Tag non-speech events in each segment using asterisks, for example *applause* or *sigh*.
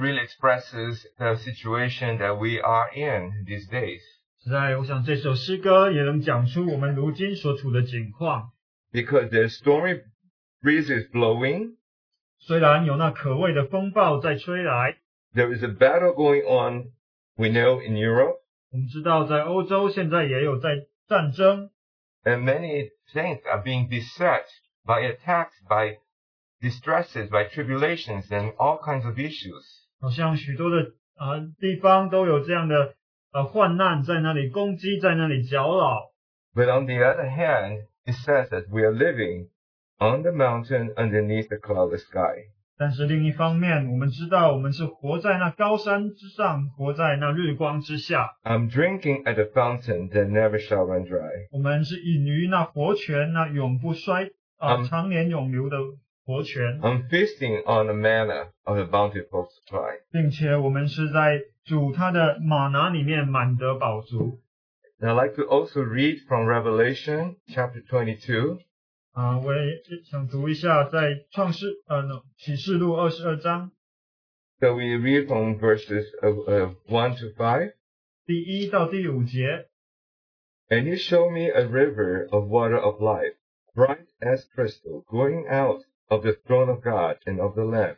really expresses the situation that we are in these days. 实在，我想这首诗歌也能讲出我们如今所处的境况。 Because the stormy breeze is blowing, 虽然有那可畏的风暴在吹来， there is a battle going on, we know, in Europe, 我们知道在欧洲现在也有在战争， and many things are being beset by attacks, by distresses, by tribulations, and all kinds of issues. 好像许多的啊、呃地方都有这样的呃患难在那里攻击，在那里搅扰。 But on the other hand, it says that we are living on the mountain underneath the cloudless sky. 但是另一方面，我们知道我们是活在那高山之上，活在那日光之下， I'm drinking at a fountain that never shall run dry. 我们是隐于那活泉，那永不衰啊、嗯常年永流的活泉， I'm feasting on the manna of the bountiful supply. 并且我们是在主他的马拿里面满得饱足。 And I'd like to also read from Revelation chapter 22, 啊，我也想读一下在创世呃 no，启示录二十二章 so we read from verses of, of 1 to 5. 第一到第五节。 And you showed me a river of water of life, bright as crystal, going out of the throne of God and of the Lamb.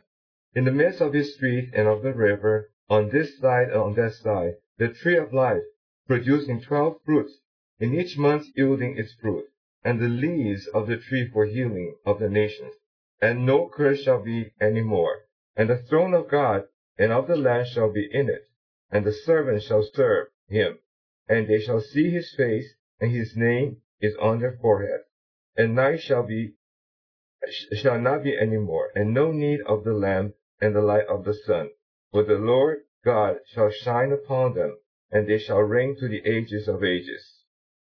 In the midst of his street and of the river, on this side and on that side, the tree of life, producing twelve fruits, in each month yielding its fruit, and the leaves of the tree for healing of the nations. And no curse shall be any more. And the throne of God and of the Lamb shall be in it, and the servants shall serve him and they shall see his face, and his name is on their forehead. And night shall be sh- shall not be any more, and no need of the lamp and the light of the sun, for the Lord God shall shine upon them, and they shall reign to the ages of ages.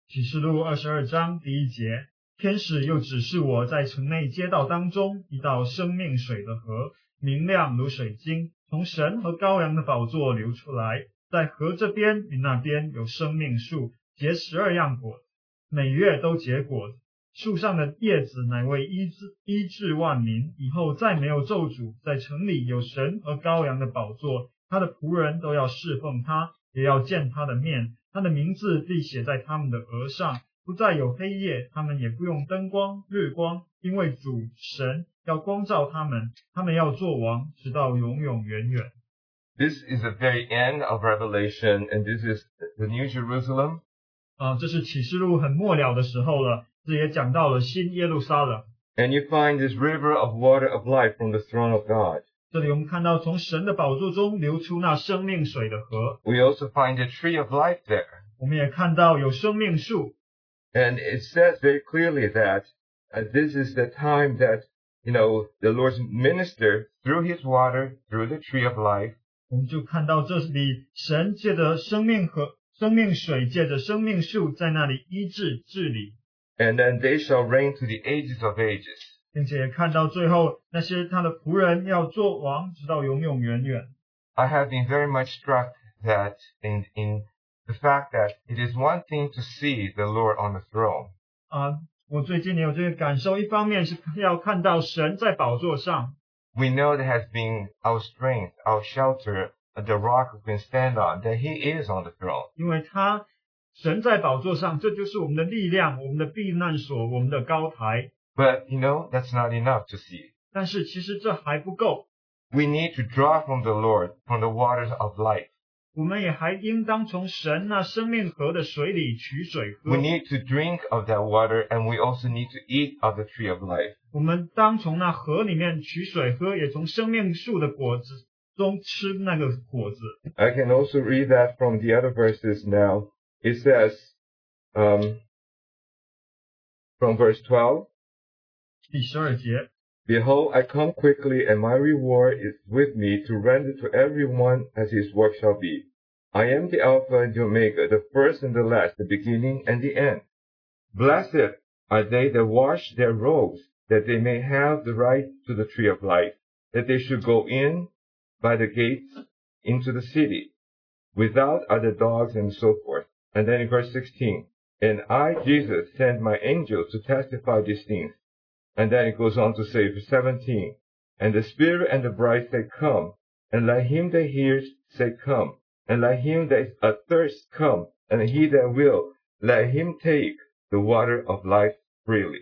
启示录二十二章第一节，天使又指示我在城内街道当中一道生命水的河，明亮如水晶，从神和羔羊的宝座流出来，在河这边与那边有生命树，结十二样果，每月都结果子。树上的叶子乃为医治医治万民，以后再没有咒诅。在城里有神和羔羊的宝座，他的仆人都要侍奉他，也要见他的面。他的名字必写在他们的额上，不再有黑夜，他们也不用灯光、日光，因为主神要光照他们，他们要做王，直到永永远远。 This is the very end of Revelation, and this is the New Jerusalem. 啊、这是启示录很末了的时候了，这也讲到了新耶路撒冷。 And you find this river of water of life from the throne of God. 这里我们看到从神的宝座中流出那生命水的河， We also find the tree of life there. 我们也看到有生命树。 And it says very clearly that uh, this is the time that, you know, the Lord's minister through his water, through the tree of life, 我们就看到这里神借着生命河、生命水，借着生命树在那里医治治理， and then they shall reign to the ages of ages. 并且也看到最后那些他的仆人要做王，直到永永远远。 I have been very much struck that in, in the fact that it is one thing to see the Lord on the throne, 啊，我最近也有这个感受，一方面是要看到神在宝座上， we know that has been our strength, our shelter, the rock we can stand on, that he is on the throne. 因为他神在宝座上，这就是我们的力量，我们的避难所，我们的高台。 But, you know, that's not enough to see. 但是其实这还不够， We need to draw from the Lord, from the waters of life. 我们也还应当从神那生命河的水里取水喝 We。need to drink of that water and we also need to eat of the tree of life. 我们当从那河里面取水喝，也从生命树的果子中吃那个果子。 I can also read that from the other verses now. It says, um, from verse 12, 第十二节， Behold, I come quickly, and my reward is with me to render to every one as his work shall be. I am the Alpha and the Omega, the first and the last, the beginning and the end. Blessed are they that wash their robes, that they may have the right to the tree of life, that they should go in by the gates into the city. Without are the dogs and so forth. And then in verse 16, And I, Jesus, sent my angel to testify these things. And then it goes on to say, verse 17, and the Spirit and the bride say, Come, And let him that hears say, Come. And let him that is athirst come. And he that will, let him take the water of life freely.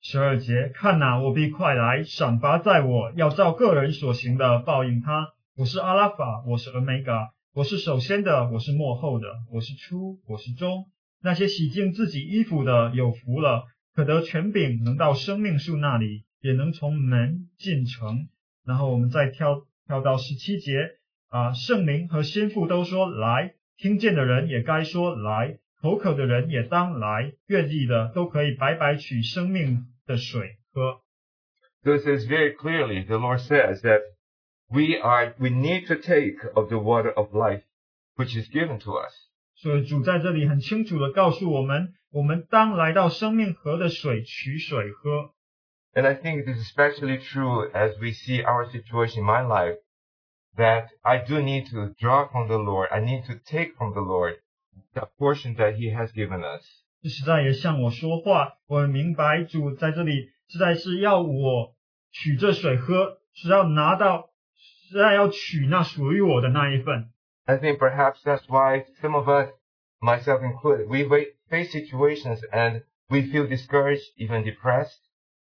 十二节，看哪、我必快来，赏罚在我，要照个人所行的报应他。我是阿拉法，我是欧米伽，我是首先的，我是幕后的，我是初，我是终。那些洗净自己衣服的有福了，可得权柄，能到生命树那里，也能从门进城。然后我们再跳跳到十七节啊，圣灵和先父都说来，听见的人也该说来，口渴的人也当来，愿意的都可以白白取生命的水喝。 So it says very clearly, the Lord says that we are, we need to take of the water of life, which is given to us. 所以主在这里很清楚的告诉我们，我们当来到生命河的水取水喝。 And I think it is especially true as we see our situation in my life that I do need to draw from the Lord. I need to take from the Lord the portion that He has given us. 这实在也向我说话，我很明白主在这里实在是要我取这水喝，是要拿到，是要取那属于我的那一份。 I think perhaps that's why some of us, myself included, we wait- face situations and we feel discouraged, even depressed.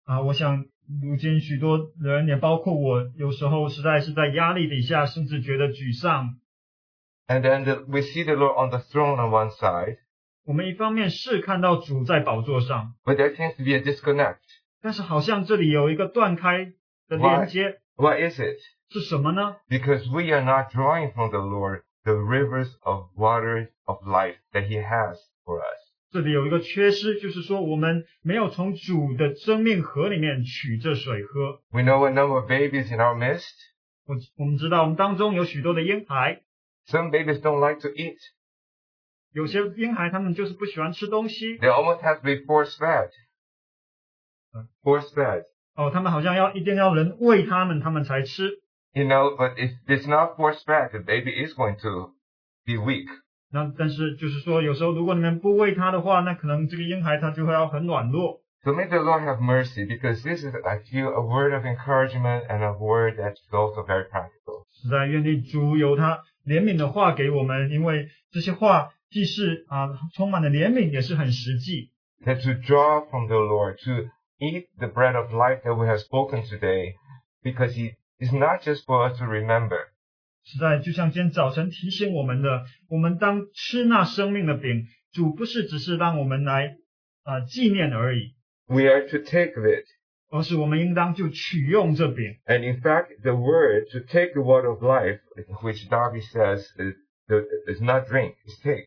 啊，我想如今许多人，也包括我，有时候实在是在压力底下，甚至觉得沮丧。 And then the, we see the Lord on the throne on one side, 我们一方面是看到主在宝座上， but there seems to be a disconnect. 但是好像这里有一个断开的连接， What is it? 是什么呢？ Because we are not drawing from the Lord the rivers of water of life that He has for us. 这里有一个缺失，就是说我们没有从主的生命河里面取这水喝。 We know a number of babies in our midst. 我我们知道，我们当中有许多的婴孩， Some babies don't like to eat. 有些婴孩他们就是不喜欢吃东西 They almost have to be force fed. Force fed. 哦，他们好像要一定要人喂他们，他们才吃。 You know, but if it's not force fed, the baby is going to be weak. 那但是就是说，有时候如果你们不喂它的话，那可能这个婴孩他就会要很软弱。 So may the Lord have mercy because this is, I feel, a word of encouragement and a word that is also very practical. 实在愿力主由他怜悯的话给我们，因为这些话既是啊充满了怜悯，也是很实际。 That to draw from the Lord, to eat the bread of life that we have spoken today, because He is not just for us to remember, 实在就像今天早晨提醒我们的，我们当吃那生命的饼，主不是只是让我们来啊、纪念而已， we are to take of it. 而是我们应当就取用这饼。 And in fact, the word to take the water of life, which Darby says is, is not drink, is take.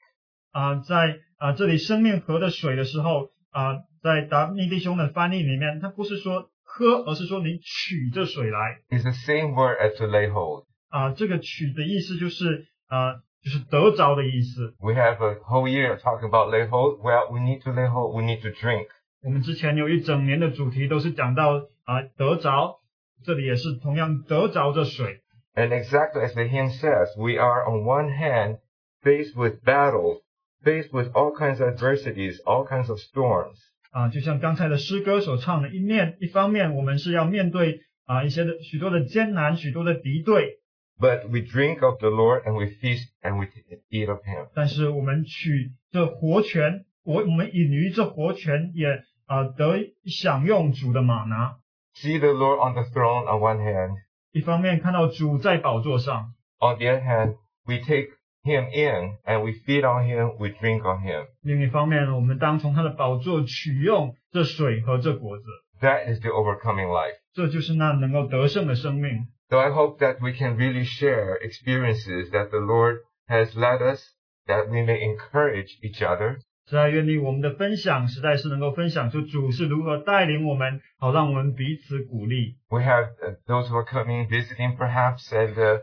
啊，在啊这里生命河的水的时候啊，在达密弟兄的翻译里面，他不是说喝，而是说你取这水来 is the same word as to lay hold. 啊。这个取的意思就是啊，就是得着的意思。 We have a whole year talking about lay hold. Well, we need to lay hold. We need to drink. 我们之前有一整年的主题都是讲到啊得着，这里也是同样得着这水。 And exactly as the hymn says, we are on one hand faced with battles, faced with all kinds of adversities, all kinds of storms. 啊，就像刚才的诗歌所唱的，一面一方面我们是要面对啊一些的许多的艰难，许多的敌对， But we drink of the Lord and we feast and we eat of Him. 但是我们取这活泉，我我们隐于这活泉也啊、呃得享用主的马拿。 See the Lord on the throne on one hand. 一方面看到主在宝座上， On the other hand, we take Him in and we feed on Him, we drink on Him. 另一方面我们当从他的宝座取用这水和这果子， That is the overcoming life. 这就是那能够得胜的生命。 So I hope that we can really share experiences that the Lord has led us, that we may encourage each other, 实在愿力我们的分享，实在是能够分享出主是如何带领我们，好让我们彼此鼓励。 we have uh, those who are coming visiting perhaps and uh,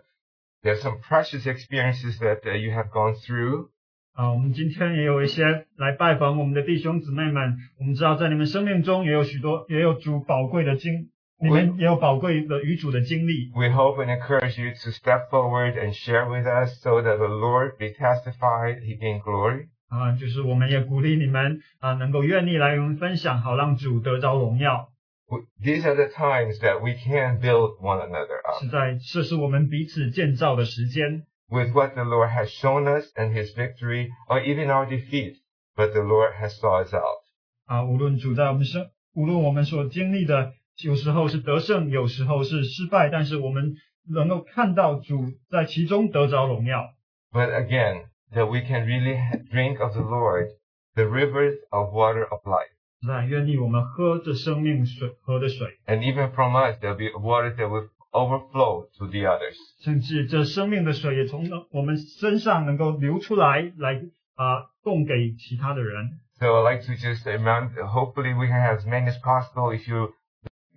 there's some precious experiences that uh, you have gone through 啊，我们今天也有一些来拜访我们的弟兄姊妹们。我们知道，在你们生命中也有许多，也有主宝贵的经，你们也有宝贵的与主的经历。 we hope and encourage you to step forward and share with us so that the lord be testified he gain glory 啊，就是我们也鼓励你们啊，能够愿意来与我们分享，好让主得着荣耀。 w- these are the times that we can build one another up 是在这是我们彼此建造的时间， with what the Lord has shown us and His victory, or even our defeat. But the Lord has sought us out. 啊，无论主在我们生，无论我们所经历的，有时候是得胜，有时候是失败，但是我们能够看到主在其中得着荣耀。 But again, that we can really ha- drink of the Lord, the rivers of water of life. 那愿意我们喝这生命水河的水， And even from us, there'll be water that will overflow to the others. 甚至这生命的水也从我们身上能够流出来，来啊供给其他的人。 So I'd like to just remind, hopefully we can have as many as possible. If you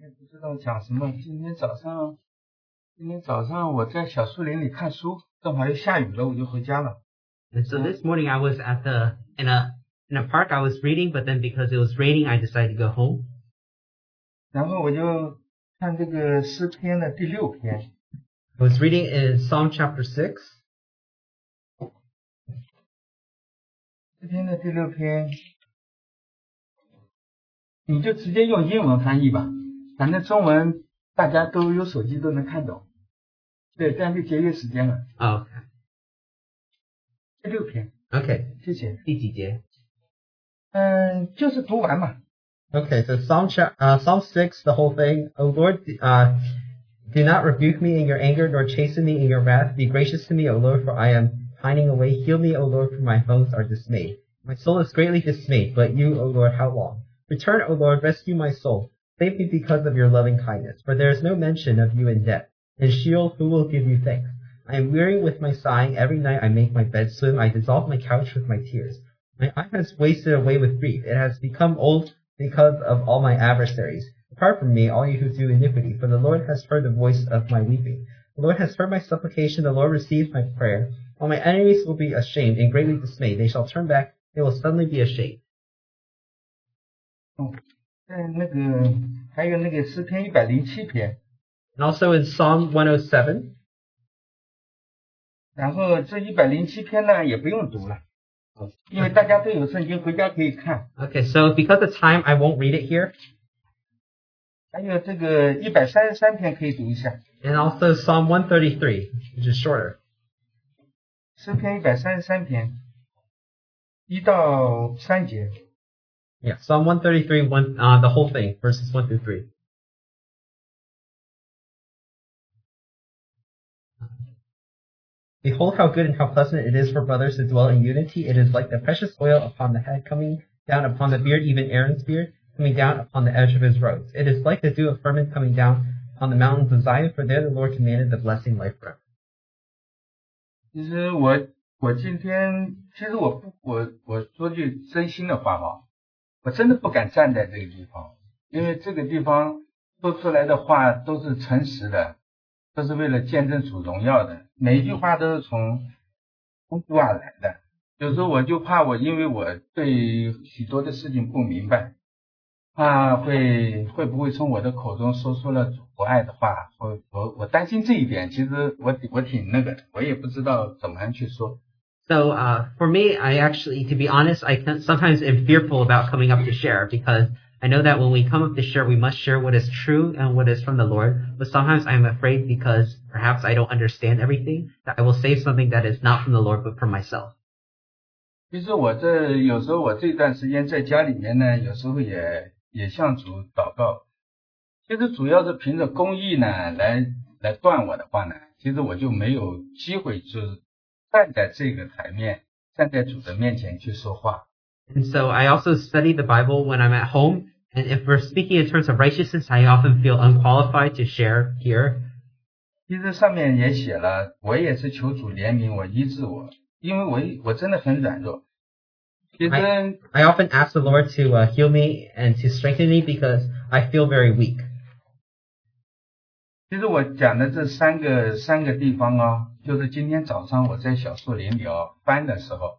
也不知道讲什么。今天早上，今天早上我在小树林里看书，正好又下雨了，我就回家了。 And so this morning I was at the in a in a park I was reading, but then because it was raining, I decided to go home. 然后我就看这个诗篇的第六篇， I was reading in Psalm chapter six. 诗篇的第六篇，你就直接用英文翻译吧，反正中文大家都有手机都能看懂。对，这样就节约时间了。 Oh, 第六篇， okay. 谢谢。 Okay. 嗯，就是读完嘛。 Okay, so Psalm cha- uh, Psalm six, the whole thing. O Lord, uh, do not rebuke me in your anger, nor chasten me in your wrath. Be gracious to me, O Lord, for I am pining away. Heal me, O Lord, for my bones are dismayed. My soul is greatly dismayed, but you, O Lord, how long? Return, O Lord, rescue my soul. Save me because of your loving kindness, for there is no mention of you in death. In Sheol, who will give you thanks? I am weary with my sighing. Every night I make my bed swim. I dissolve my couch with my tears. My eye has wasted away with grief. It has become old because of all my adversaries. Depart from me, all you who do iniquity, for the Lord has heard the voice of my weeping. The Lord has heard my supplication. The Lord receives my prayer. All my enemies will be ashamed and greatly dismayed. They shall turn back. They will suddenly be ashamed. 呃嗯，那个还有那个诗篇一百零七篇， And also in Psalm 107, 然后呃这一百零七篇呢也不用读了，呃因为大家都有圣经，回家可以看。 okay, so because of time, I won't read it here. 还有这个一百三十三篇可以读一下， And also Psalm 133, which is shorter. 诗篇一百三十三篇一到三节。 Yeah, Psalm 133, one, uh, the whole thing, verses 1 through 3. Behold how good and how pleasant it is for brothers to dwell in unity. It is like the precious oil upon the head coming down upon the beard, even Aaron's beard, coming down upon the edge of his robes. It is like the dew of Hermon coming down on the mountains of Zion, for there the Lord commanded the blessing life forever. 其实我我今天其实我不我我说句真心的话哈，我真的不敢站在这个地方，因为这个地方说出来的话都是诚实的，都是为了见证主荣耀的，每一句话都是从从主而来的。有时候我就怕我因为我对许多的事情不明白，怕会会不会从我的口中说出了主不爱的话，我我我担心这一点，其实我挺我挺那个的，我也不知道怎么样去说。 So uh, for me, I actually, to be honest, I can, sometimes am fearful about coming up to share because I know that when we come up to share, we must share what is true and what is from the Lord. But sometimes I'm afraid because perhaps I don't understand everything that I will say something that is not from the Lord but from myself. 其实我这有时候我这段时间在家里面呢，有时候也也向主祷告。其实主要是凭着公义呢来来断我的话呢，其实我就没有机会就是站在这个台面，站在主的面前去说话。 And so I also study the Bible when I'm at home. And if we're speaking in terms of righteousness, I often feel unqualified to share here. 其实上面也写了，我也是求主怜悯我，医治我，因为我一我真的很软弱。其实 I often ask the Lord to uh, heal me and to strengthen me because I feel very weak. 其实我讲的这三个三个地方啊、就是今天早上我在小树林里哦翻的时候，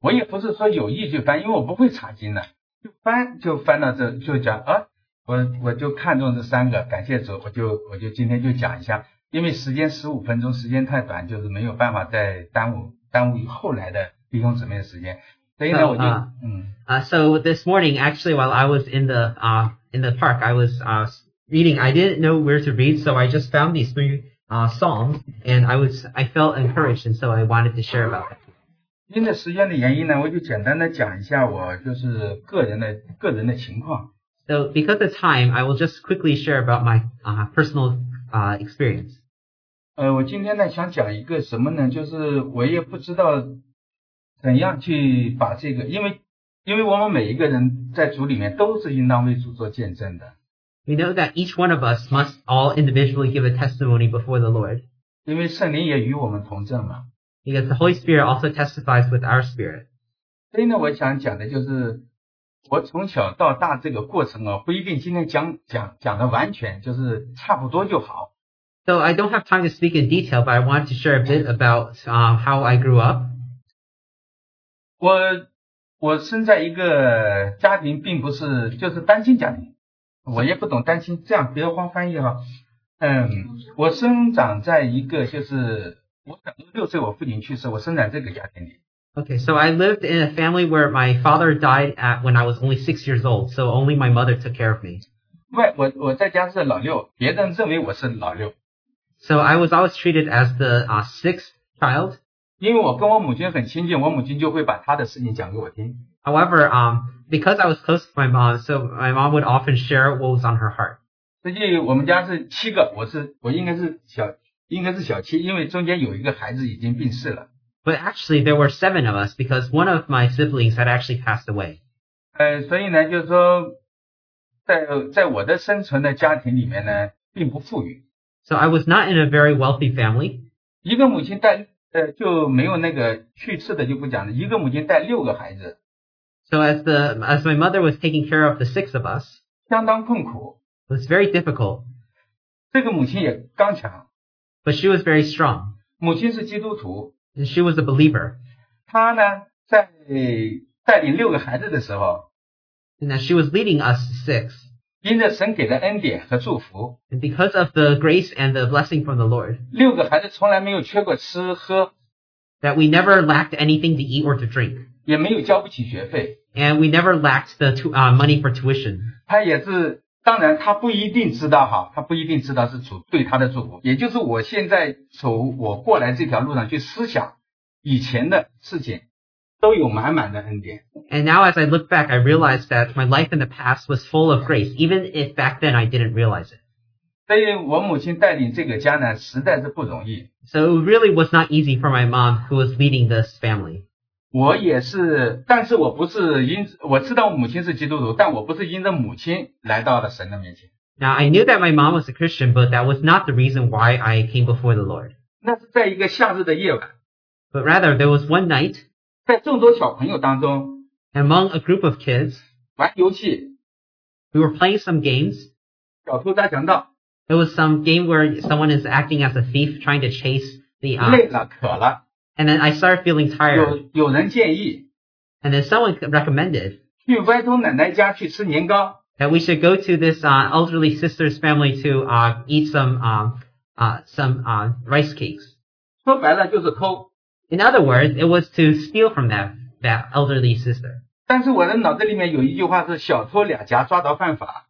我也不是说有意去翻，因为我不会查经的，就翻就翻到这就讲啊，我我就看中这三个，感谢主，我就我就今天就讲一下，因为时间十五分钟，时间太短，就是没有办法再耽误耽误后来的弟兄姊妹的时间。所以呢，嗯我就啊嗯 Uh, so this morning, actually, while I was in the uh, in the park, I was uh, reading. I didn't know where to read, so I just found these three uh, psalms, and I was I felt encouraged, and so I wanted to share about it. 因着时间的原因呢，我就简单的讲一下我就是个人的个人的情况。 So because of time, I will just quickly share about my uh, personal uh, experience. 呃，我今天呢想讲一个什么呢？就是我也不知道怎样去把这个，因为因为我们每一个人在组里面都是应当为主做见证的， We know that each one of us must all individually give a testimony before the Lord, 因为圣灵也与我们同证嘛。 because the Holy Spirit also testifies with our spirit. 所以呢，我想讲的就是我从小到大这个过程啊，不一定今天讲讲讲的完全，就是差不多就好。 So I don't have time to speak in detail, but I wanted to share a bit about um, how I grew up. 我我生在一个家庭，并不是就是单亲家庭，我也不懂单亲，这样别光翻译哈。嗯，我生长在一个就是我长到六岁，我父亲去世，我生长这个家庭里。 Okay, so I lived in a family where my father died at when I was only six years old, so only my mother took care of me. 外我我在家是老六，别人认为我是老六， So I was always treated as the uh, sixth child. 因为我跟我母亲很亲近，我母亲就会把她的事情讲给我听。 However, um, because I was close to my mom, so my mom would often share what was on her heart. 实际我们家是七个，我是我应该是小，应该是小七，因为中间有一个孩子已经病逝了。 But actually, there were seven of us because one of my siblings had actually passed away. 呃，所以呢，就是说，在在我的生存的家庭里面呢，并不富裕， So I was not in a very wealthy family. 一个母亲带呃就没有那个去世的就不讲了，一个母亲带六个孩子， So as the as my mother was taking care of the six of us, 相当痛苦。 it was very difficult. 这个母亲也刚强， But she was very strong, 母亲是基督徒， and she was a believer. 她呢在带领六个孩子的时候， and that she was leading us to six. 因着神给的恩典和祝福， And because of the grace and the blessing from the Lord, 六个孩子从来没有缺过吃喝， that we never lacked anything to eat or to drink, 也没有交不起学费。 and we never lacked the tu- uh, money for tuition. 他也是，当然他不一定知道哈，他不一定知道是主对他的祝福，也就是我现在走我过来这条路上去思想以前的事情，都有满满的恩典。 And now, as I look back, I realize that my life in the past was full of grace, even if back then I didn't realize it. 所以我母亲带领这个家呢，实在是不容易。 So it really was not easy for my mom, who was leading this family. 我也是，但是我不是因，我知道我母亲是基督徒，但我不是因着母亲来到了神的面前， Now, I knew that my mom was a Christian, but that was not the reason why I came before the Lord. 那是在一个夏日的夜晚， But rather, there was one night, 在众多小朋友当中 among a group of kids, 玩游戏， we were playing some games, 小偷大强盗， It was some game where someone is acting as a thief trying to chase the uh, 累了渴了， and then I started feeling tired. 有有人建议。 And then someone recommended 去歪头奶奶家去吃年糕， that we should go to this uh, elderly sister's family to uh, eat some um, uh, some uh, rice cakes. 说白了就是抠。 In other words, it was to steal from that that elderly sister. 但是我的脑子里面有一句话是“小偷两家抓着犯法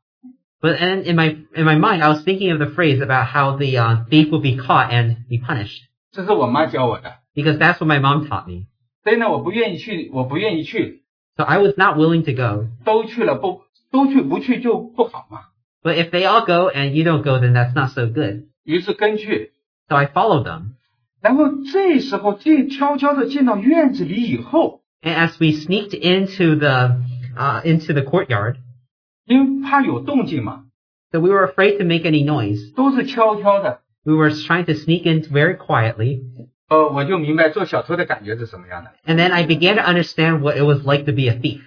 But and in my in my mind, I was thinking of the phrase about how the uh, thief would be caught and be punished ”，这是我妈教我的。 because that's what my mom taught me. 所以呢，我不愿意去，我不愿意去， So I was not willing to go. 都去了不都去不去就不好嘛。 But if they all go and you don't go, then that's not so good. 于是跟去， So I followed them. 然后这时候进悄悄的进到院子里以后， And as we sneaked into the uh, into the courtyard, 因为怕有动静嘛， so we were afraid to make any noise. 都是悄悄的。 We were trying to sneak in very quietly. 呃，我就明白做小偷的感觉是什么样的。 And then I began to understand what it was like to be a thief.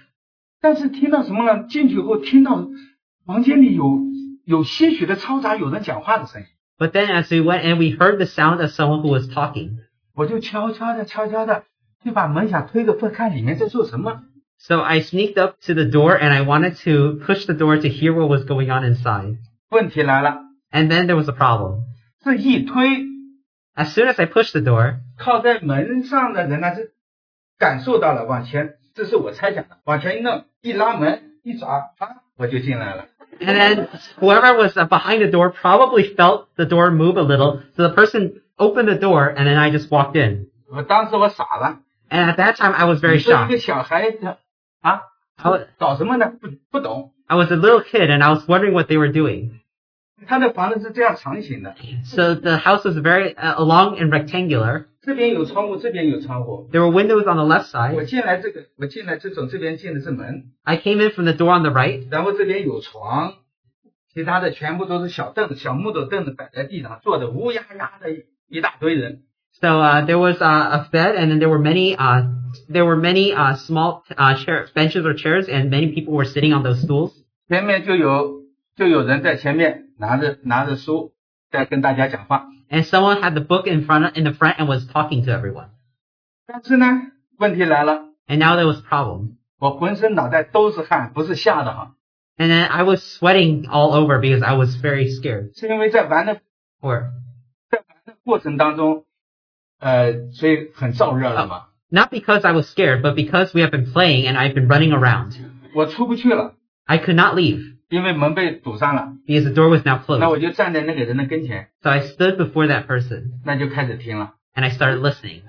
但是听到什么呢？进去以后听到房间里有有些许的嘈杂，有人讲话的声音。 But then as we went in, we heard the sound of someone who was talking. 我就悄悄的、悄悄的就把门想推个破，看里面在做什么。 So I sneaked up to the door and I wanted to push the door to hear what was going on inside. 问题来了， And then there was a problem. 这一推， As soon as I pushed the door, 靠在门上的人呢是感受到了往前这是我猜想的，往前一弄，一拉门，一抓，啊，我就进来了。 And then whoever was uh, behind the door probably felt the door move a little, so the person opened the door, and then I just walked in. 我当时我傻了， And at that time, I was 你 very 说一 shocked. 个小孩子啊， I was, 搞什么呢？不不懂。 I was a little kid, and I was wondering what they were doing. 他的房子是这样长形的， So the house was very uh, long and rectangular. 这边有窗户，这边有窗户。 There were windows on the left 我 side. 进来这个，我进来这种，这边进的是门， I came in from the door on the right. 然后这边有床，其他的全部都是小凳，小木头凳子摆在地上，坐的乌压压的一大堆人。 So uh, there was uh, a bed, and then there were many uh, there were many uh, small uh, chair benches or chairs, and many people were sitting on those stools. 前面就有就有人在前面拿着拿着书在跟大家讲话， And someone had the book in front in the front and was talking to everyone. 但是呢，问题来了， And now there was a problem. 我浑身脑袋都是汗，不是吓的哈， And then I was sweating all over because I was very scared. 是因为在玩的 Or 过程当中，呃，所以很燥热了嘛， not because I was scared, but because we have been playing and I've been running around. 我出不去了， I could not leave 因为门被堵上了， because the door was now closed. 那我就站在那个人的跟前， So I stood before that person 那就开始听了。 and I started listening.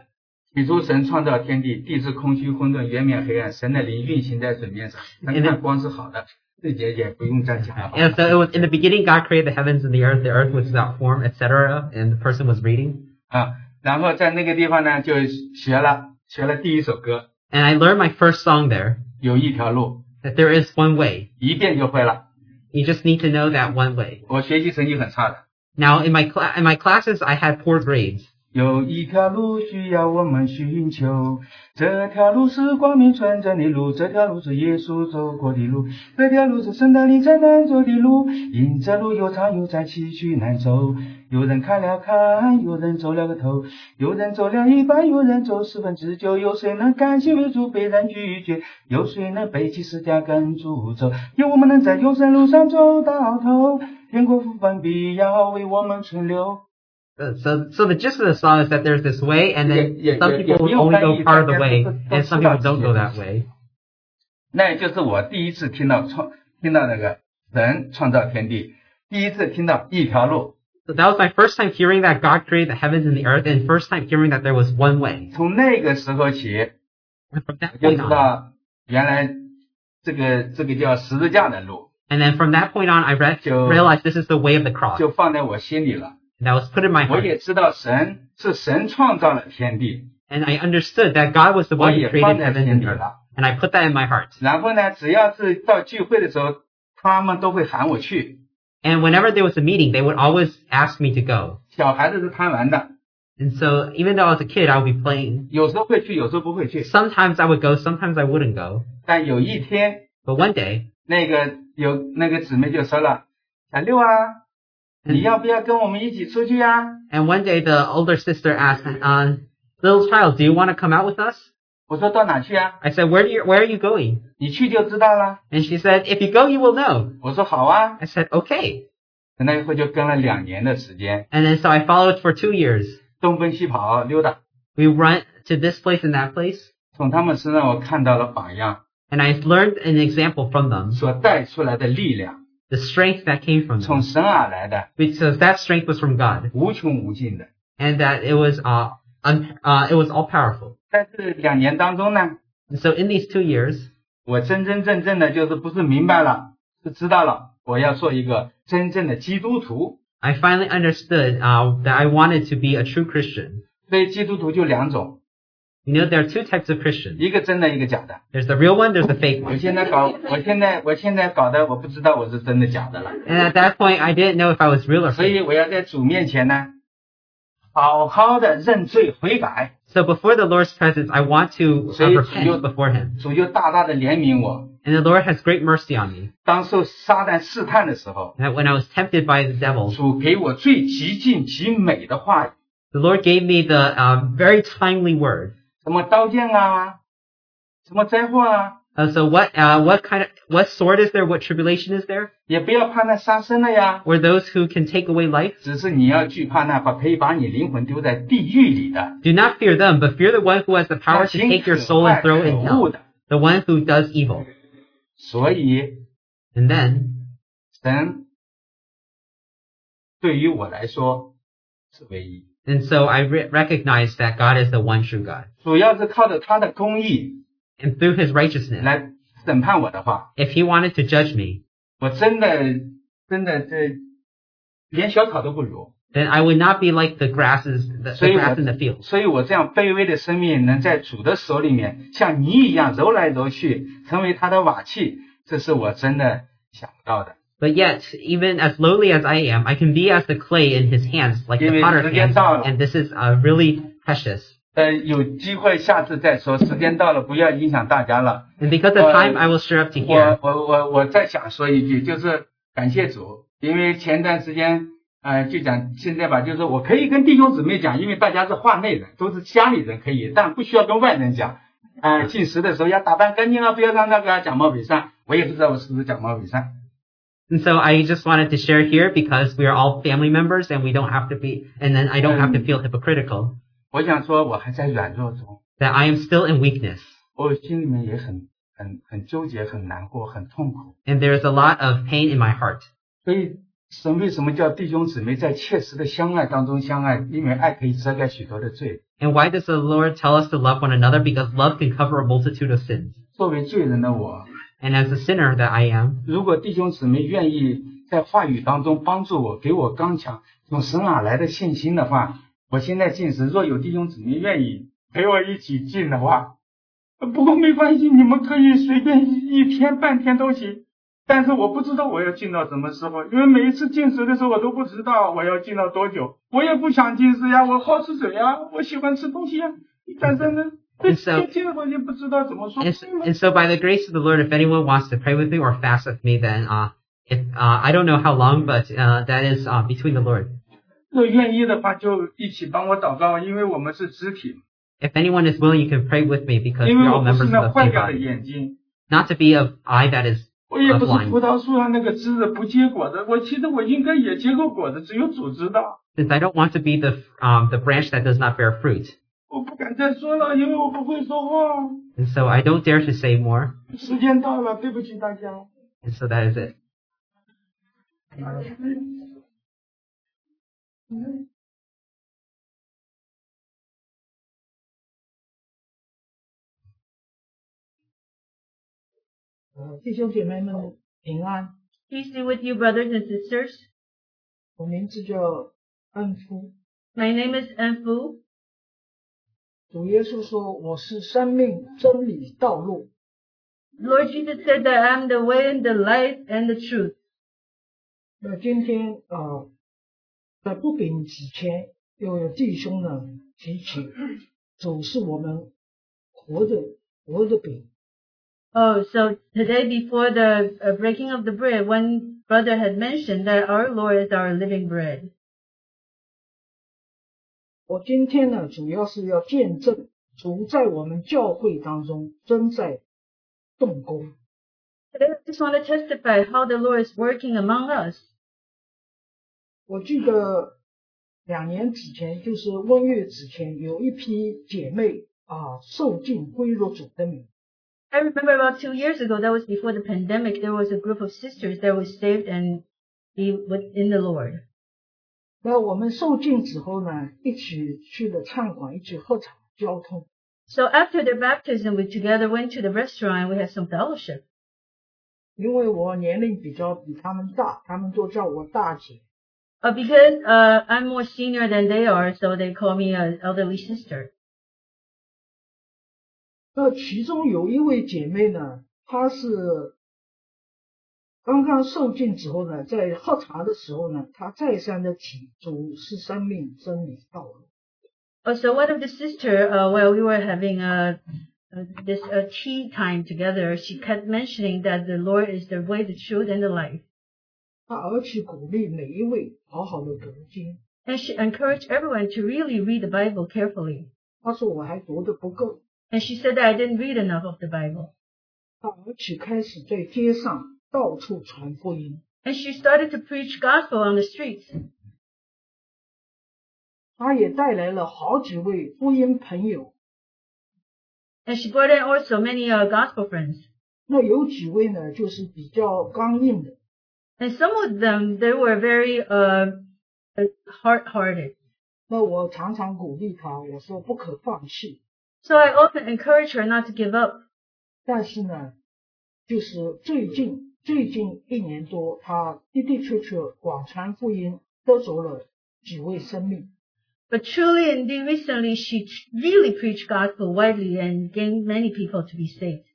起初，神创造天地，地质空虚混沌，渊面黑暗。神的灵运行在水面上。那看光是好的，这节也不用再讲 *laughs* 了吧。 And so it was in the beginning, God created the heavens and the earth. The earth was without form, etc. And the person was reading. 啊，然后在那个地方呢，就学了学了第一首歌， And I learned my first song there 有一条路， that there is one way. 一遍就会了。 You just need to know that one way. 我学习成绩很差的。 Now in my cla in my classes, I had poor grades. 有一条路需要我们寻求，这条路是光明传真的路，这条路是耶稣走过的路，这条路是圣诞里才能走的路，因这路又长又窄，崎岖难走。有人看了看，有人走了个头，有人走了一半，有人走四分之九，有谁能甘心为主被人拒绝？有谁能背起十字架跟主走？有我们能在永生路上走到头，天国福分必要为我们存留。 Uh, So, so the gist of the song is that there's this way, and then Yeah, yeah, some yeah, people yeah. only go Yeah, part of the yeah, way, yeah. and some people don't go that way. 那也就是我第一次听到创听到那个人创造天地，第一次听到一条路。 So that was my first time hearing that God created the heavens and the earth, and first time hearing that there was one way. 从那个时候起， And from 我 that 就 point 知 on, 道原来这个这个叫十字架的路， and then from that point on, I re- So- realized this is the way of the cross, 就放在我心里了。 and that was put in my 我 heart. 也知道神是神创造了天地， And I understood that God was the one Oh, yeah, who fun created heaven and idea. earth. And I put that in my heart. 然后呢，只要是到聚会的时候，他们都会喊我去。 And whenever there was a meeting, they would always ask me to go. 小孩子是贪玩的， And so even though I was a kid, I would be playing. 有时候会去，有时候不会去。 Sometimes I would go, sometimes I wouldn't go. 但有一天， But one day, 那个有那个姊妹就说了：“小六啊，嗯你要不要跟我们一起出去啊 and one day the older sister asked, uh, little child, do you want to come out with us?？” 我说：“到哪去啊？ I said, where do you, where are you going? 你去就知道了。 And she said, if you go, you will know. ”我说：“好啊。 I said, okay. ”那以后就跟了两年的时间， And then so I followed for two years. 东奔西跑溜达。 We went to this place and that place, 从他们身上我看到了榜样 and I learned an example from them, 所带出来的力量， the strength that came from them. 从神而来的， because that strength was from God, 无穷无尽的。 and that it was uh, un- uh it was all powerful. 但是两年当中呢， And so in these two years, 我真真正正的就是不是明白了，是知道了，我要做一个真正的基督徒。 I finally understood uh, that I wanted to be a true Christian. 所以基督徒就两种， You know, there are two types of Christians. 一个真的，一个假的。 There's the real one, there's the fake 我 one. 现在搞，我现在我现在搞的，我不知道我是真的假 *laughs* 的了。 And at that point, I didn't know if I was real or 所以 fake. 我要在主面前呢，好好的认罪悔改， So before the Lord's presence, I want to So uh, you- you- repent before Him, 主就大大的怜悯我。 and the Lord has great mercy on me. 当受撒旦试探的时候， And That when I was tempted by the devil, 主给我最极尽其美的话语， the Lord gave me the uh, very timely word. 什么刀剑啊，什么灾祸啊， Uh, so what uh, what kind of what sword is there? What tribulation is there? 也不要怕那杀生的呀， or those who can take away life. 只是你要惧怕那把可以把你灵魂丢在地狱里的， Do not fear them, but fear the one who has the power 那 to 行 take your 可 soul 爱 and 可 throw it in 恶 hell. 的， the one who does evil. 所以 And then 神对于我来说是唯一， And so I re- recognize that God is the one true God. 主要是靠着他的公义 And through his righteousness, 来审判我的话， if he wanted to judge me, 我真的真的这连小草都不如， then I would not be like the grasses, the, So the you grass would- in the fields. 所以我这样卑微的生命能在主的手里面像泥一样揉来揉去，成为他的瓦器，这是我真的想不到的。 But yet, even as lowly as I am, I can be as the clay in his hands, like Give the me potter's the hands. Gentile. And this is uh, really precious. 呃，有机会下次再说，时间到了，不要影响大家了。 And because of Uh, time, I will stir up to 我 here. 我我我再想说一句，就是感谢主，因为前段时间呃就讲现在吧，就是我可以跟弟兄姊妹讲，因为大家是话内人，都是家里人可以，但不需要跟外人讲。呃，进食的时候要打扮干净啊，不要让那个讲冒伪善。我也不知道我是不是讲冒伪善。 And so I just wanted to share here because we are all family members and we don't have to be, and then I don't have to Um, feel hypocritical 我想说，我还在软弱中， that I am still in weakness. 我心里面也很很很纠结，很难过，很痛苦。 And there is a lot of pain in my heart. 所以神为什么叫弟兄姊妹在切实的相爱当中相爱？因为爱可以遮盖许多的罪。 And why does the Lord tell us to love one another? Because love can cover a multitude of sins. 作为罪人的我， And as a sinner that I am, 如果弟兄姊妹愿意在话语当中帮助我，给我刚强，从神而来的信心的话，我现在进食，若有弟兄姊妹愿意陪我一起进的话，不过没关系，你们可以随便一一天半天都行。但是我不知道我要进到什么时候，因为每一次进食的时候，我都不知道我要进到多久。我也不想进食呀，我好吃嘴呀，我喜欢吃东西呀。但哎是呢，啊哎这 And so- 这这个东西不知道怎么说。 and, s- and so by the grace of the Lord, if anyone wants to pray with me or fast with me, then uh, if uh, I don't know how long, but uh, that is uh, between the Lord. 若愿意的话，就一起帮我祷告，因为我们是肢体， If anyone is willing, you can pray with me because 因为 we're 我 all 不 members of 是呃那 the 坏 same 掉的 body. 眼睛， Not to be of eye that is 我也 of 不是 blind. 葡萄树上那个枝子不结果子，我其实我应该也结过果子，只有主知道。 Since I don't want to be the um, the branch that does not bear fruit, 我不敢再说了，因为我不会说话。 and so I don't dare to say more. 时间到了，对不起大家。 And so that is it. 嗯 Amen. 哦弟兄姐妹们平安， Peace be with you, brothers and sisters. 我名字叫恩夫。 My name is Enfu. 主耶稣说：“我是生命、真理、道路。 Lord Jesus said that I am the way and the life and the truth. ”那今天呃，在不饼之前，又有弟兄呢提起，主是我们活的活的饼， Oh, so today before the uh, breaking of the bread, one brother had mentioned that our Lord is our living bread. 我今天呢，主要是要见证主在我们教会当中正在动工。 Today I just want to testify how the Lord is working among us. 我记得两年之前，就是温月之前，有一批姐妹啊受尽归入主的名。 I remember about two years ago, that was before the pandemic, there was a group of sisters that was saved and be within the Lord. 那我们受尽之后呢，一起去了餐馆，一起喝茶交通。 So after their baptism, we together went to the restaurant and we had some fellowship. 因为我年龄比较比他们大，他们都叫我大姐。 Uh, because uh, I'm more senior than they are, so they call me an elderly sister. 那其中有一位姐妹呢，她是刚刚受尽之后呢，在喝茶的时候呢，她再三的提出是生命真理道路。 Oh, so one of the sister, uh, while we were having a, uh this uh tea time together, she kept mentioning that the Lord is the way, the truth, and the life. 她而且鼓励每一位好好的读经。 And she encouraged everyone to really read the Bible carefully. 她说我还读的不够， And she said that I didn't read enough of the Bible. 她而且开始在街上到处传福音。 And she started to preach gospel on the streets. 他也带来了好几位福音朋友 And she brought in also many uh, gospel friends. 那有几位呢，就是比较刚硬的， And some of them, they were very uh, uh, hard-hearted. 那我常常鼓励他，我说不可放弃。 So I often encourage her not to give up. 但是呢，就是最近最近一年多，他的的确确广传福音得着了几位生命。 But truly, indeed, recently she tr- really preached gospel widely and gained many people to be saved.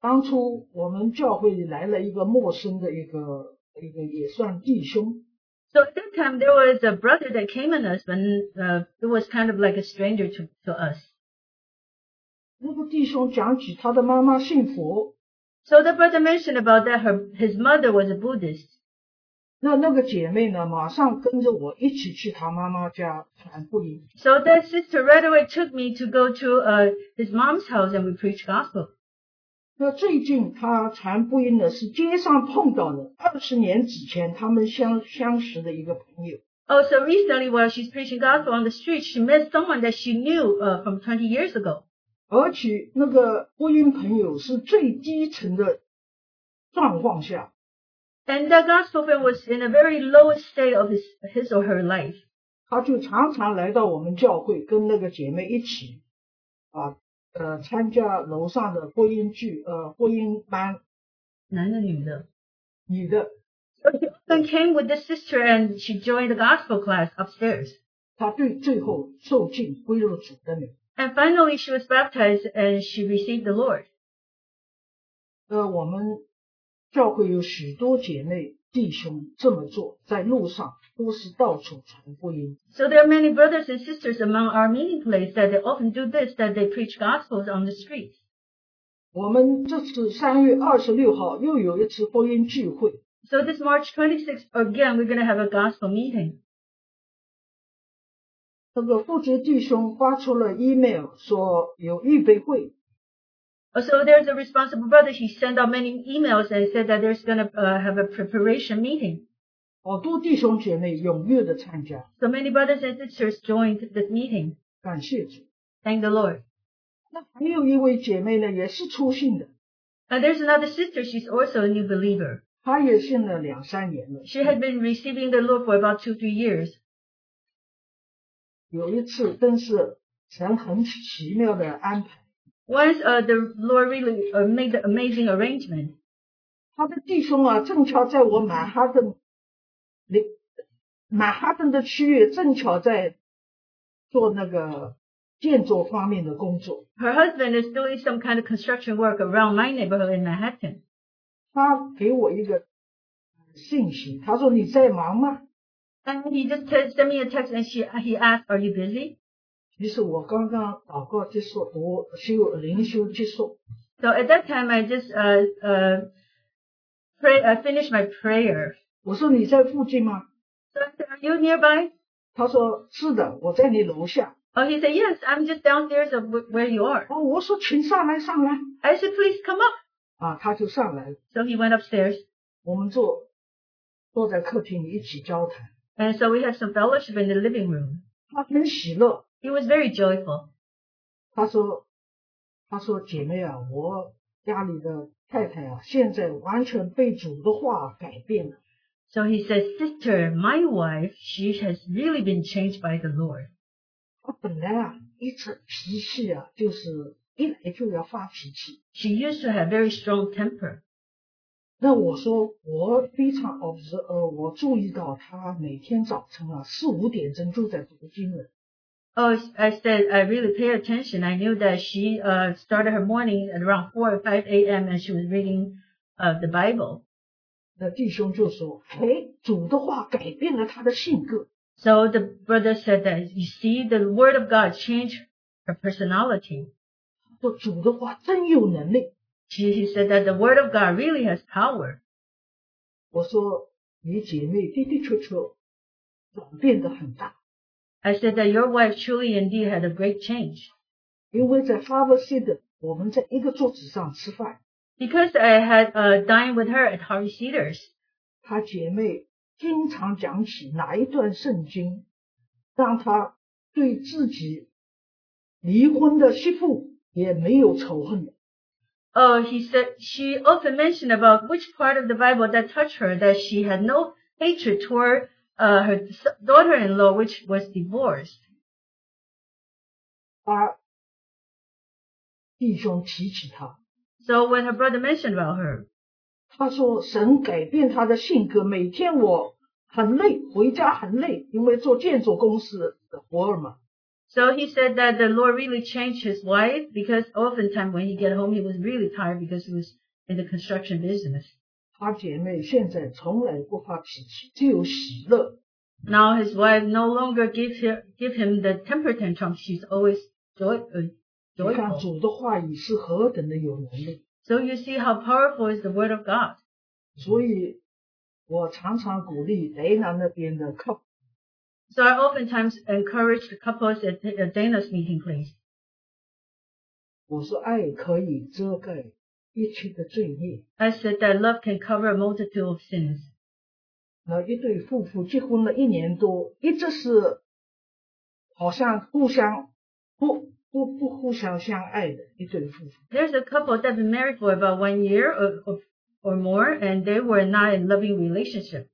当初我们教会来了一个陌生的一个一个也算弟兄， So at that time, there was a brother that came in us, and uh, it was kind of like a stranger to, to us. 那个弟兄讲起他的妈妈信佛， So the brother mentioned about that her his mother was a Buddhist. 那那个姐妹呢，马上跟着我一起去他妈妈家传福音。 So that sister right away took me to go to uh, his mom's house and we preached gospel. 那最近他传播音的是街上碰到的，二十年之前他们相相识的一个朋友。 Oh, so recently while she's preaching gospel on the street, she met someone that she knew uh, from 20 years ago. 而且那个播音朋友是最低层的状况下， And that gospel friend was in a very lowest state of his, his or her life. 他就常常来到我们教会，跟那个姐妹一起啊，呃，参加楼上的播音剧，呃，播音班，嗯男的女的。女的， So she often came with this sister and she joined the gospel class upstairs. 她最最后受尽归入主的名。 And finally she was baptized and she received the Lord. 呃，我们教会有许多姐妹弟兄这么做，在路上都是到处传福音。 So there are many brothers and sisters among our meeting place that they often do this, that they preach gospels on the streets. 我们这次三月二十六号又有一次播音聚会， So this March 26th, again, we're going to have a gospel meeting. 那个负责弟兄发出了 email 说有预备会， Uh, So there's a responsible brother. He sent out many emails and said that there's going to uh, have a preparation meeting. 好哦多弟兄姐妹踊跃的参加， So many brothers and sisters joined this meeting. 感谢主。 Thank the Lord. 那还有一位姐妹呢，也是出信的， And there's another sister. She's also a new believer. 她也信了两三年了。 She had been receiving the Lord for about two, three years. 有一次真是神很奇妙的安排， Once uh, the Lord really uh, made the amazing arrangement. 他的弟兄啊，正巧在我曼哈顿，那曼哈顿的区域正巧在做那个建筑方面的工作。 Her husband is doing some kind of construction work around my neighborhood in Manhattan. 他给我一个呃信息，他说你在忙吗？ And he just te- sent me a text and she, he asked, are you busy? 于是我刚刚祷告结束，我修灵修结束， So at that time, I just, uh, uh, pray, I finished my prayer. 我说你在附近吗？ So I said, are you nearby? 他说是的，我在你楼下。 Oh, he said, yes, I'm just downstairs of wh- where you are. 哦，我说请上来上来， I said, please come up. 啊，他就上来了， So he went upstairs. 我我们坐坐在客厅里一起交谈， And so we had some fellowship in the living room. 他很喜乐， He was very joyful. 他说：“他说姐妹啊，我家里的太太啊，现在完全被主的话改变了。 So he said, sister, my wife, she has really been changed by the Lord. 她本来啊，一直脾气啊，就是一来就要发脾气。 She used to have very strong temper. 那我说，我非常 observe，呃，我注意到她每天早晨啊，四五点钟就在读经了。 Oh, I said I really pay attention. I knew that she uh, started her morning at around four or five a.m. and she was reading uh, the Bible. 那弟兄就说：‘哎，主的话改变了他的性格。 So the brother said that you see, the Word of God changed her personality. ’说主的话真有能力。 She he said that the Word of God really has power. 我说，你姐妹的的确确转变得很大。” I said that your wife truly indeed had a great change 因为在 Harvard City，我们在一个桌子上吃饭， because I had uh, dined with her at Harvey Cedars. 她姐妹经常讲起哪一段圣经，让她对自己离婚的媳妇也没有仇恨的。 Oh, he said she often mentioned about which part of the Bible that touched her that she had no hatred toward uh, her s- daughter-in-law, which was divorced. 他弟兄提起他， So when her brother mentioned about her, 他说神改变他的性格，每天我很累，回家很累，因为做建筑公司的活儿嘛。 so he said that the Lord really changed his wife because oftentimes when he get home, he was really tired because he was in the construction business. 他姐妹现在从来不发脾气，只有喜乐。 Now his wife no longer gives him, give him the temper tantrum. She's always joy, uh, 你看 joyful. 主的话语是何等的有能力， So you see how powerful is the word of God. 所以我常常鼓励雷南那边的靠 So I oftentimes encourage the couples at, at Dana's meeting, please. 我说爱可以遮盖一切的罪孽。 I said that love can cover a multitude of sins. 那一对夫妇结婚了一年多，一直是好像互相不不不互相相爱的一对夫妇。 There's a couple that been married for about one year or, or, or more, and they were not in loving relationship.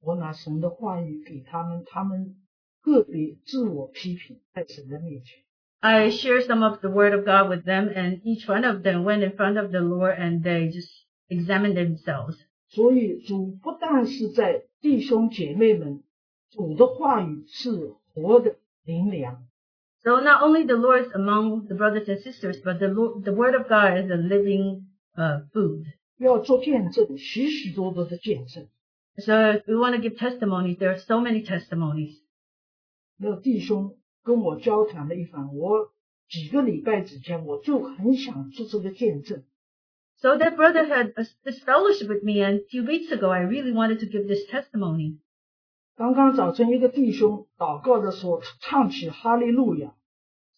我拿神的话语给他们，他们个别自我批评，在神的面前， I shared some of the word of God with them, and each one of them went in front of the Lord and they just examined themselves. 所以主不但是在弟兄姐妹们，主的话语是活的灵粮， So not only the Lord is among the brothers and sisters, but the Lord, the word of God is a living uh, food. 要做见证，许许多多的见证。 So if we want to give testimonies. There are so many testimonies. 那弟兄跟我交谈了一番，我几个礼拜之前我就很想做这个见证， So that brother had a, this fellowship with me, and a few weeks ago, I really wanted to give this testimony. 刚刚早晨，一个弟兄祷告的时候唱起哈利路亚，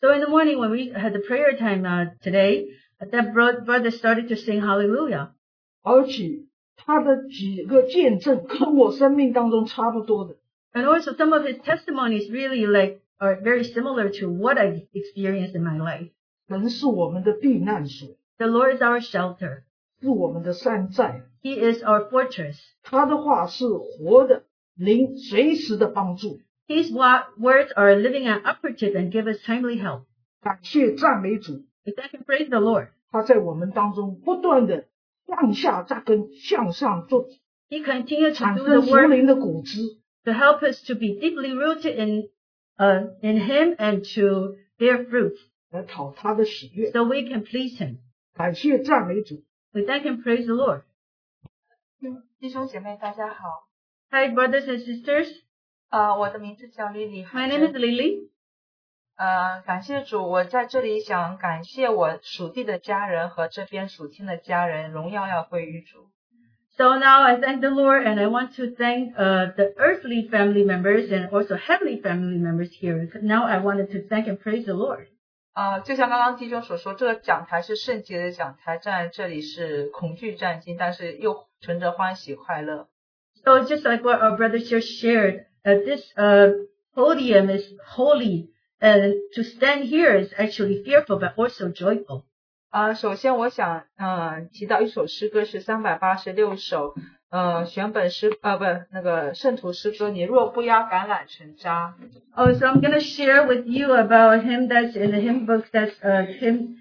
So in the morning when we had the prayer time uh, today, that bro- brother started to sing Hallelujah. 而且他的几个见证跟我生命当中差不多的。 And also some of his testimonies really like are very similar to what I experienced in my life. 神是我们的避难所， The Lord is our shelter. 是我们的山寨， He is our fortress. 他的话是活的灵，随时的帮助。 His wa- words are living and operative and give us timely help. 感谢赞美主， If I can praise the Lord, 他在我们当中不断的向下扎根，向上做， He continued to 产 do 生 the 属 work 灵的果子。 to help us to be deeply rooted in uh, in Him and to bear fruit, 来讨他的喜悦。 so we can please Him. 感谢赞美主， We thank and praise the Lord. 弟兄姐妹，大家好， Hi, brothers and sisters. 呃，我的名字叫丽丽。 My name is Lily. 呃，感谢主，我在这里想感谢我属地的家人和这边属天的家人，荣耀要归于主。 So now I thank the Lord and I want to thank uh, the earthly family members and also heavenly family members here. Now I wanted to thank and praise the Lord. 呃，就像刚刚弟兄所说，这个讲台是圣洁的讲台，站在这里是恐惧战惊，但是又存着欢喜快乐。 So just like what our brother just shared, uh, this uh, podium is holy and to stand here is actually fearful but also joyful. 呃，首先我想，呃，提到一首诗歌是三百八十六首，呃，选本诗，呃，不，那个圣徒诗歌，你若不压橄榄成渣。 Oh, so I'm gonna share with you about him that's in the hymn book. That's uh, hymn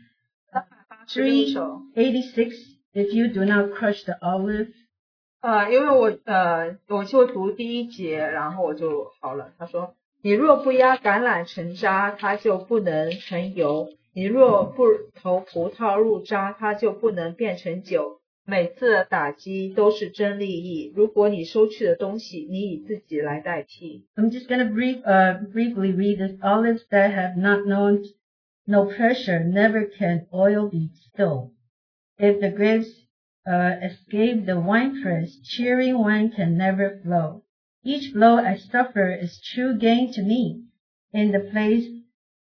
一首。 86. If you do not crush the olive. 呃，因为我呃，我就读第一节，然后我就好了。他说：“你若不压橄榄成渣，它就不能成油；你若不投葡萄入渣，它就不能变成酒。每次的打击都是真利益。如果你收去的东西，你以自己来代替。 I'm just gonna brief, uh, briefly read this. Olives that have not known no pressure never can oil be stilled. If the grapes uh, escape the winepress, cheering wine can never flow. Each blow I suffer is true gain to me. In the place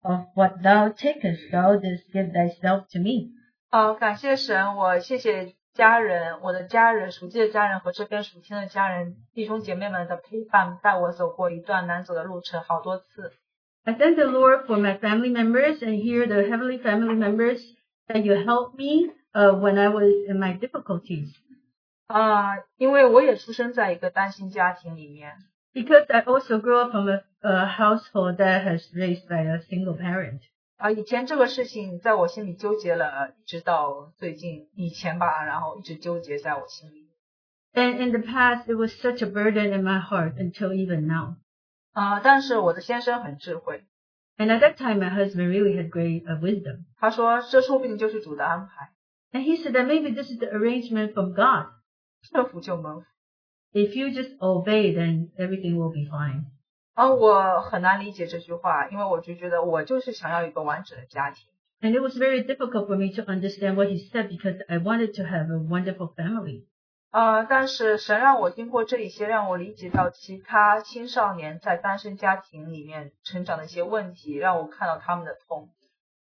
of what thou takest, thou didst give thyself to me. ”啊，感谢神，我谢谢家人，我的家人、熟悉的家人和这边属天的家人、弟兄姐妹们的陪伴，带我走过一段难走的路程好多次。 I thank the Lord for my family members and here the heavenly family members that you helped me uh, when I was in my difficulties 啊，因为我也出生在一个单亲家庭里面， because I also grew up from a, a household that has raised by a single parent. 啊，以前这个事情在我心里纠结了，一直到最近以前吧，然后一直纠结在我心里。 And in the past, it was such a burden in my heart until even now. 啊，但是我的先生很智慧， And at that time, my husband really had great uh, wisdom. 他说这说不定就是主的安排， And he said that maybe this is the arrangement from God. 顺服就蒙福。 If you just obey, then everything will be fine. 啊，我很难理解这句话，因为我就觉得我就是想要一个完整的家庭。 And it was very difficult for me to understand what he said because I wanted to have a wonderful family. 呃，但是神让我经过这一些，让我理解到其他青少年在单身家庭里面成长的一些问题，让我看到他们的痛。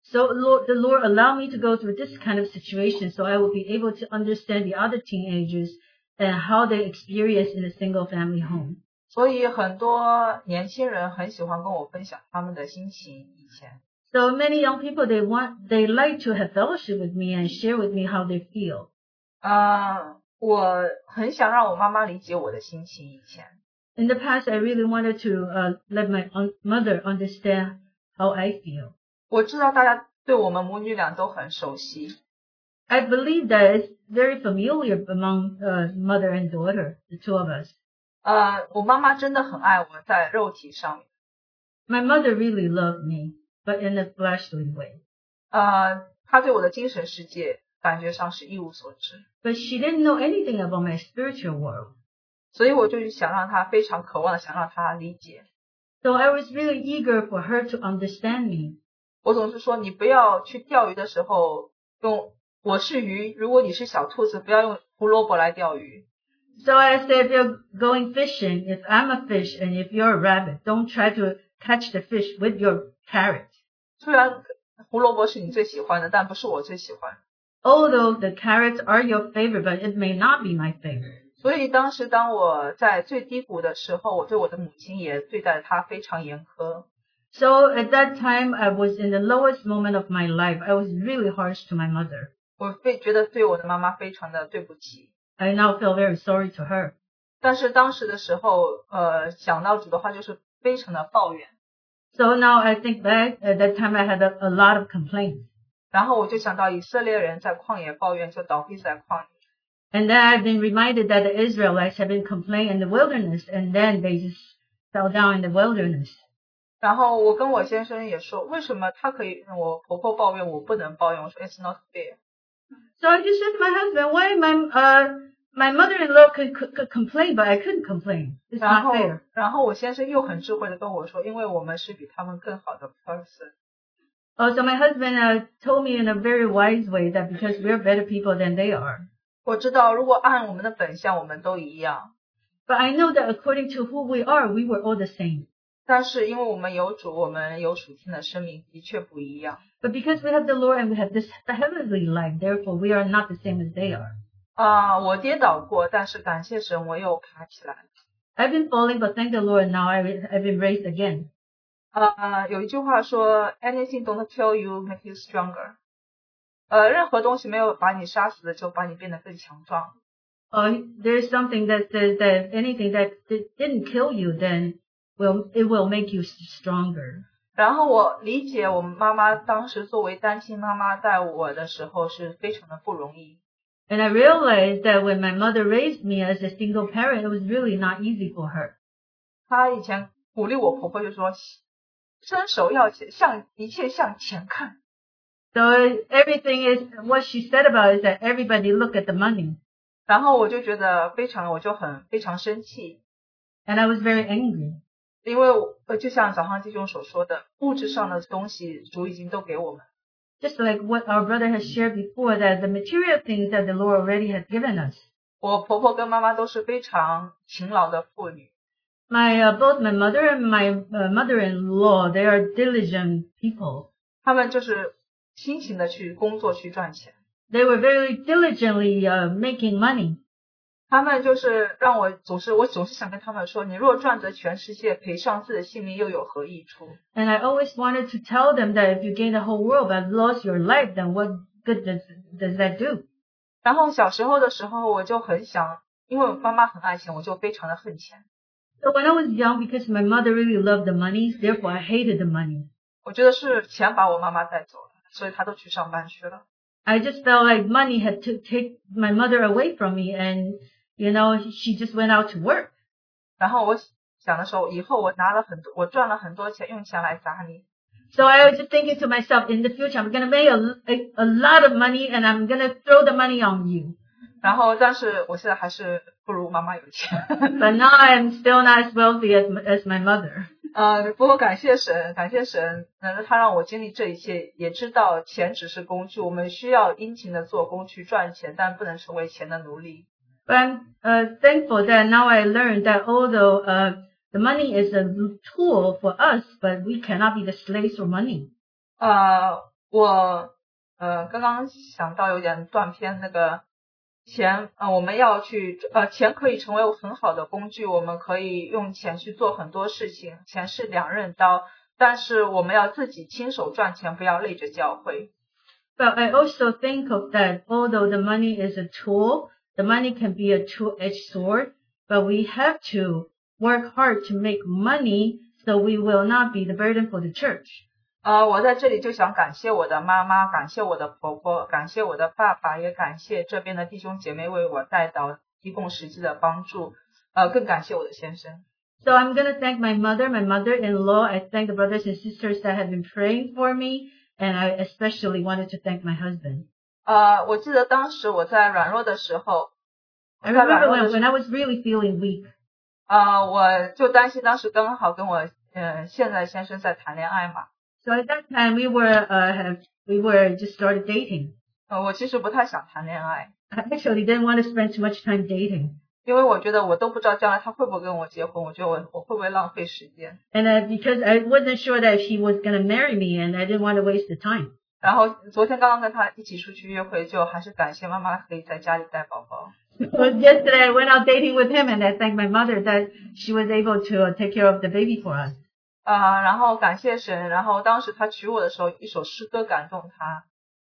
So Lord, the Lord allowed me to go through this kind of situation so I would be able to understand the other teenagers and how they experience in a single family home. 所以很多年轻人很喜欢跟我分享他们的心情。以前， So many young people, they want, they like to have fellowship with me and share with me how they feel. 呃，我很想让我妈妈理解我的心情。以前， In the past, I really wanted to uh, let my un- mother understand how I feel. 我知道大家对我们母女俩都很熟悉， I believe that it's very familiar among uh, mother and daughter, the two of us. 呃，我妈妈真的很爱我，在肉体上面， My mother really loved me, but in a fleshly way. 呃，她对我的精神世界感觉上是一无所知。 But she didn't know anything about my spiritual world. 所以我就想让他非常渴望的想让他理解。 So I was really eager for her to understand me. 我总是说，你不要去钓鱼的时候用我是鱼，如果你是小兔子，不要用胡萝卜来钓鱼。 So I said, if you're going fishing, if I'm a fish and if you're a rabbit, don't try to catch the fish with your carrot. 虽然胡萝卜是你最喜欢的，但不是我最喜欢。 Although the carrots are your favorite, but it may not be my favorite. 所以当时当我在最低谷的时候，我对我的母亲也对待她非常严苛。 So at that time, I was in the lowest moment of my life. I was really harsh to my mother. 我非觉得对我的妈妈非常的对不起。 I now feel very sorry to her. 但是当时的时候，呃，想到主的话就是非常的抱怨， So now I think back, at that time I had a, a lot of complaints. 然后我就想到以色列人在旷野抱怨，就倒闭在旷野。 And then I've been reminded that the Israelites have been complaining in the wilderness and then they just fell down in the wilderness. 然后我跟我先生也说，为什么他可以，我婆婆抱怨，我不能抱怨？我说 It's not fair。 So I just said to my husband, why my, uh, my mother-in-law could, could, could complain, but I couldn't complain. It's 然 not 后 fair. 然后我先生又很智慧的跟我说，因为我们是比他们更好的 person。 Oh, so my husband uh, told me in a very wise way that because we're better people than they are. 我知道，如果按我们的本相，我们都一样， But I know that according to who we are, we were all the same. 但是因为我们有主，我们有属天的生命，的确不一样。 But because we have the Lord and we have this heavenly life, therefore we are not the same as they are. 啊、我跌倒过，但是感谢神，我又爬起来。 I've been falling, but thank the Lord now I, I've been raised again. 呃，有一句话说，anything don't kill you make you stronger。呃，任何东西没有把你杀死的，就把你变得更强壮。 uh, there's something that says that anything that di- didn't kill you, then will it will make you s- stronger. 然后我理解我妈妈当时作为单亲妈妈带我的时候是非常的不容易， And I realized that when my mother raised me as a single parent, it was really not easy for her. 她以前鼓励我婆婆就说，伸手要前向一切向前看， So everything is what she said about is that everybody look at the money, 然后我就觉得非常我就很非常生气， and I was very angry 因为我呃就像早上弟兄所说的，物质上的东西主已经都给我们， just like what our brother has shared before, that the material things that the Lord already had given us. 我婆婆跟妈妈都是非常勤劳的妇女， My uh, both my mother and my uh, mother-in-law, they are diligent people. 她们就是辛勤的去工作去赚钱。 They were very diligently uh, making money. 他们就是让我总是我总是想跟他们说，你若赚得全世界，赔上自己的性命又有何益处？ And I always wanted to tell them that if you gain the whole world but lost your life, then what good does does that do? 然后小时候的时候，我就很想，因为我爸妈很爱钱，我就非常的恨钱。 So when I was young, because my mother really loved the money, therefore I hated the money. 我觉得是钱把我妈妈带走了，所以她都去上班去了。 I just felt like money had to take my mother away from me, and you know she just went out to work. 然后我想的时候，以后我拿了很多，我赚了很多钱，用钱来砸你。 So I was just thinking to myself, in the future, I'm gonna make a, a, a lot of money, and I'm gonna throw the money on you. 然后，但是我现在还是不如妈妈有钱。 *laughs* But now I'm still not as wealthy as m- as my mother. 呃，不过感谢神，感谢神，能让他让我经历这一切，也知道钱只是工具，我们需要殷勤的做工去赚钱，但不能成为钱的奴隶。 But I'm uh, thankful that now I learned that although uh, the money is a tool for us, but we cannot be the slaves for money. 呃，我呃刚刚想到有点断片，那个钱，呃，我们要去，呃，钱可以成为很好的工具，我们可以用钱去做很多事情，钱是两刃刀，但是我们要自己亲手赚钱，不要累着教会。 But I also think of that although the money is a tool, the money can be a two-edged sword, but we have to work hard to make money so we will not be the burden for the church. 呃，我在这里就想感谢我的妈妈，感谢我的婆婆，感谢我的爸爸，也感谢这边的弟兄姐妹为我带到提供实际的帮助，呃，更感谢我的先生。 So I'm going to thank my mother, my mother-in-law. I thank the brothers and sisters that have been praying for me. And I especially wanted to thank my husband. 呃，我记得当时我在软弱的时候， I 我在软 remember 弱的 when, 时 when 候， I was really feeling weak. 呃，我就担心当时刚好跟我呃现在先生在谈恋爱嘛， So at that time we were, uh, have, we were just started dating. 呃，我其实不太想谈恋爱， I actually didn't want to spend too much time dating. 因为我觉得我都不知道将来他会不会跟我结婚，我觉得我我会不会浪费时间， And uh, because I wasn't sure that he was going to marry me and I didn't want to waste the time. 然后昨天刚刚跟他一起出去约会，就还是感谢妈妈可以在家里带宝宝。 So yesterday I went out dating with him and I thanked my mother that she was able to uh, take care of the baby for us. 啊、然后感谢神，然后当时他娶我的时候，一首诗歌感动他，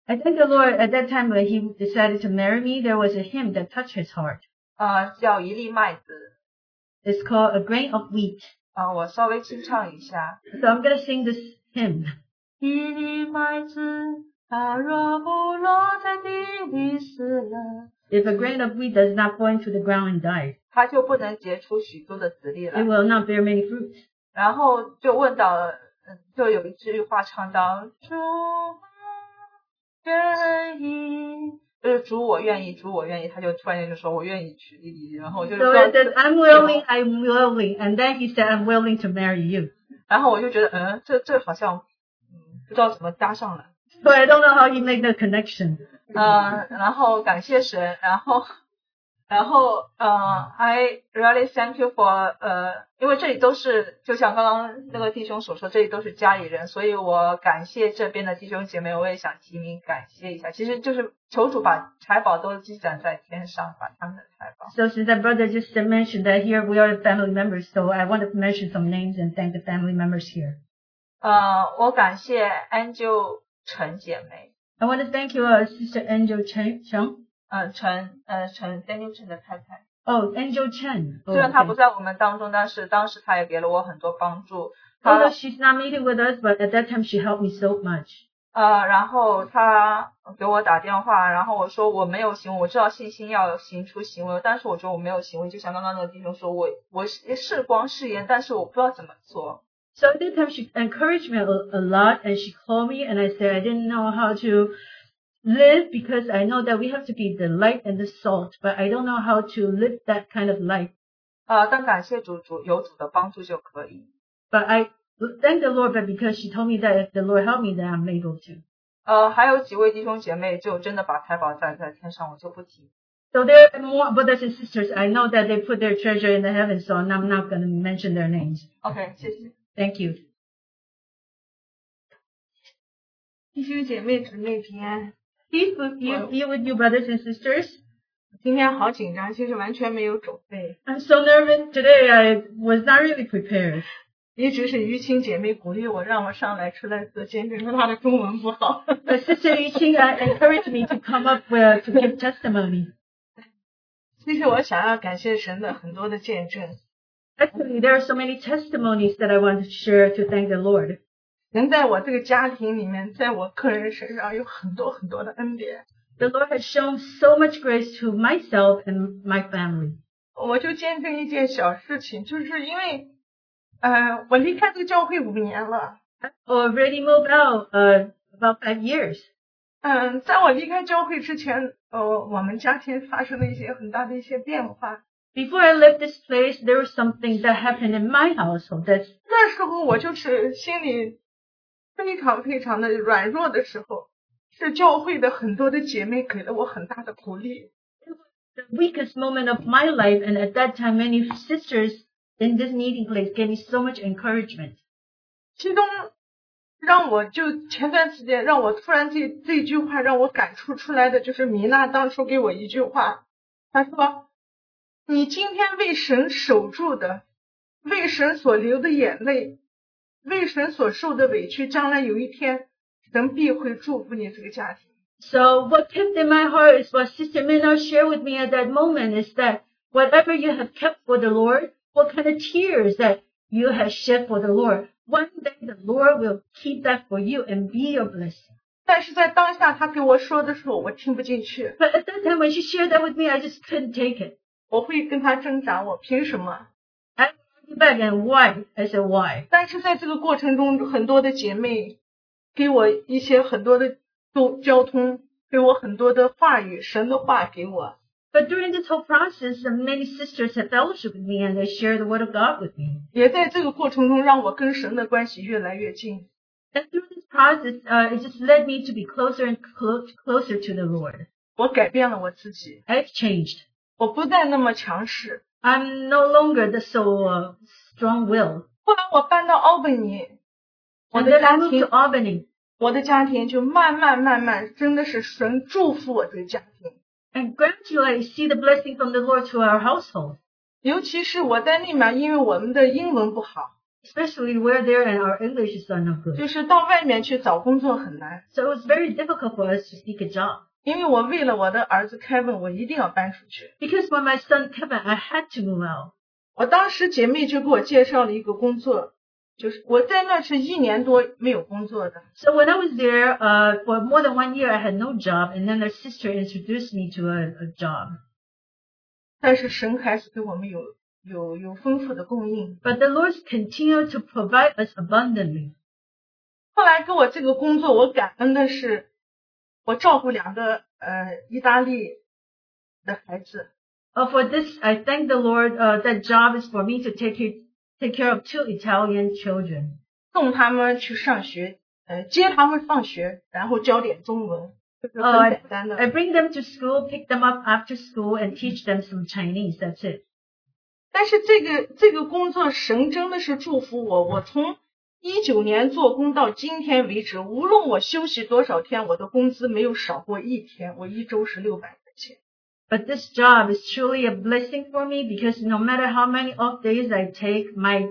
I thank the Lord at that time when he decided to marry me, there was a hymn that touched his heart. 啊，叫一粒麦子， It's called A Grain of Wheat. 啊、我稍微清唱一下， So I'm going to sing this hymn. 一粒麦子，它若不落在地里死了， If a grain of wheat does not fall into the ground and die, 它就不能结出许多的子粒 it 来。 will not bear many fruits. 然后就问到，嗯就有一句话唱到：“主啊，愿意。”就是主，我愿意，主，我愿意。他就突然间就说：“我愿意娶你。”然后我就知 So 道 it says, I'm willing, I'm willing. And then he said, I'm willing to marry you. 然后我就觉得，嗯，这这好像，嗯，不知道怎么搭上了。 So I don't know how he made the connection. 呃，然后感谢神，然后，然后，呃，I really thank you for，呃，因为这里都是，就像刚刚那个弟兄所说，这里都是家里人，所以我感谢这边的弟兄姐妹，我也想提名感谢一下。其实就是求主把财宝都积攒在天上，把他们的财宝。 So since that brother just mentioned that here we are family members, so I want to mention some names and thank the family members here. 呃，我感谢 Angel 陈姐妹， I want to thank you, uh, Sister Angel Chen. Cheng. 嗯、陈，呃，陈 Daniel 陈的太太。 Oh, Angel Chen. Oh, 虽然他 okay. 不在我们当中，但是当时他也给了我很多帮助。他 Although Oh, she's not meeting with us, but at that time she helped me so much. 呃，然后他给我打电话，然后我说我没有行为，我知道信心要行出行为，但是我觉得我没有行为，就像刚刚那个弟兄说，我我是是光是言，但是我不知道怎么做。 So at that time she encouraged me a, a lot and she called me and I said I didn't know how to live because I know that we have to be the light and the salt, but I don't know how to live that kind of life. 呃，但感谢主主有主的帮助就可以。 But I thank the Lord, but because she told me that if the Lord helped me, then I'm able to. 呃，还有几位弟兄姐妹就真的把财宝攒在天上，我就不提。 So there are more brothers and sisters. I know that they put their treasure in the heavens, so I'm not- I'm not going to mention their names. OK，谢谢 Thank you. 弟兄姐妹姊妹平安。 Peace with you, be with you, brothers and sisters. 今天好紧张，其实完全没有准备。 I'm so nervous today. I was not really prepared. 一直是于青姐妹鼓励我，让我上来吃来自煎饼，说她的中文不好。 But *laughs* Sister Yu Qing uh, encouraged me to come up uh, to give testimony. 其实我想要感谢神的很多的见证， Actually, there are so many testimonies that I want to share to thank the Lord. 神在我这个家庭里面，在我个人身上有很多很多的恩典。 *laughs* The Lord has shown so much grace to myself and my family. 我就见证一件小事情，就是因为，呃，我离开这个教会五年了。 I already moved out uh, about five years. 嗯，在我离开教会之前，呃，我们家庭发生了一些很大的一些变化。 Before I left this place, there was something that happened in my household that 那时候我就是心里非常非常的软弱的时候，是教会的很多的姐妹给了我很大的鼓励。 the weakest moment of my life, and at that time, many sisters in this meeting place gave me so much encouragement. 其中让我就前段时间让我突然这这句话让我感触出来的就是米娜当初给我一句话，她说：“你今天为神守住的，为神所流的眼泪，为神所受的委屈，将来有一天神必会祝福你这个家庭。 So what kept in my heart is what Sister Minna shared with me at that moment is that whatever you have kept for the Lord, what kind of tears that you have shed for the Lord, one day the Lord will keep that for you and be your blessing. ”但是在当下她跟我说的时候，我听不进去， But at that time when she shared that with me, I just couldn't take it. 我会跟她挣扎，我凭什么？ I went back and why? I said why? 但是在这个过程中，很多的姐妹给我一些很多的都交通，给我很多的话语，神的话给我。 But during this whole process, uh, many sisters have fellowship with me and they share the word of God with me. 也在这个过程中，让我跟神的关系越来越近。 And through this process, uh, it just led me to be closer and clo- closer to the Lord. 我改变了我自己， I've changed. 我不再那么强势。 I'm no longer the so uh, strong will. 后来我搬到奥本尼，我 And 的 then I 家 moved 庭 to，Albany. 我的家庭就慢慢慢慢，真的是神祝福我这个家庭。 And gradually I see the blessing from the Lord to our household, 尤其是我在那面，因为我们的英文不好， especially where there and our English is not no good. 就是到外面去找工作很难。 So it was very difficult for us to seek a job. 因为我为了我的儿子 Kevin，我一定要搬出去。 Because when my son Kevin, I had to move out. 我当时姐妹就给我介绍了一个工作，就是我在那是一年多没有工作的。 So when I was there uh, for more than one year, I had no job. And then a sister introduced me to a, a job. 但是神还是给我们有有有丰富的供应。 But the Lord continued to provide us abundantly. 后来给我这个工作，我感恩的是，我照顾两个呃意大利的孩子， Uh, for this, I thank the Lord. Uh, that job is for me to take care, take care of two Italian children. 送他们去上学，呃接他们放学，然后教点中文，就是很 Uh, 简单的。 I bring them to school, pick them up after school, and teach them some Chinese. That's it. 但是这个这个工作，神真的是祝福我。我从一九年做工到今天为止，无论我休息多少天，我的工资没有少过一天。我一周是六百块钱。 But this job is truly a blessing for me because no matter how many off days I take, my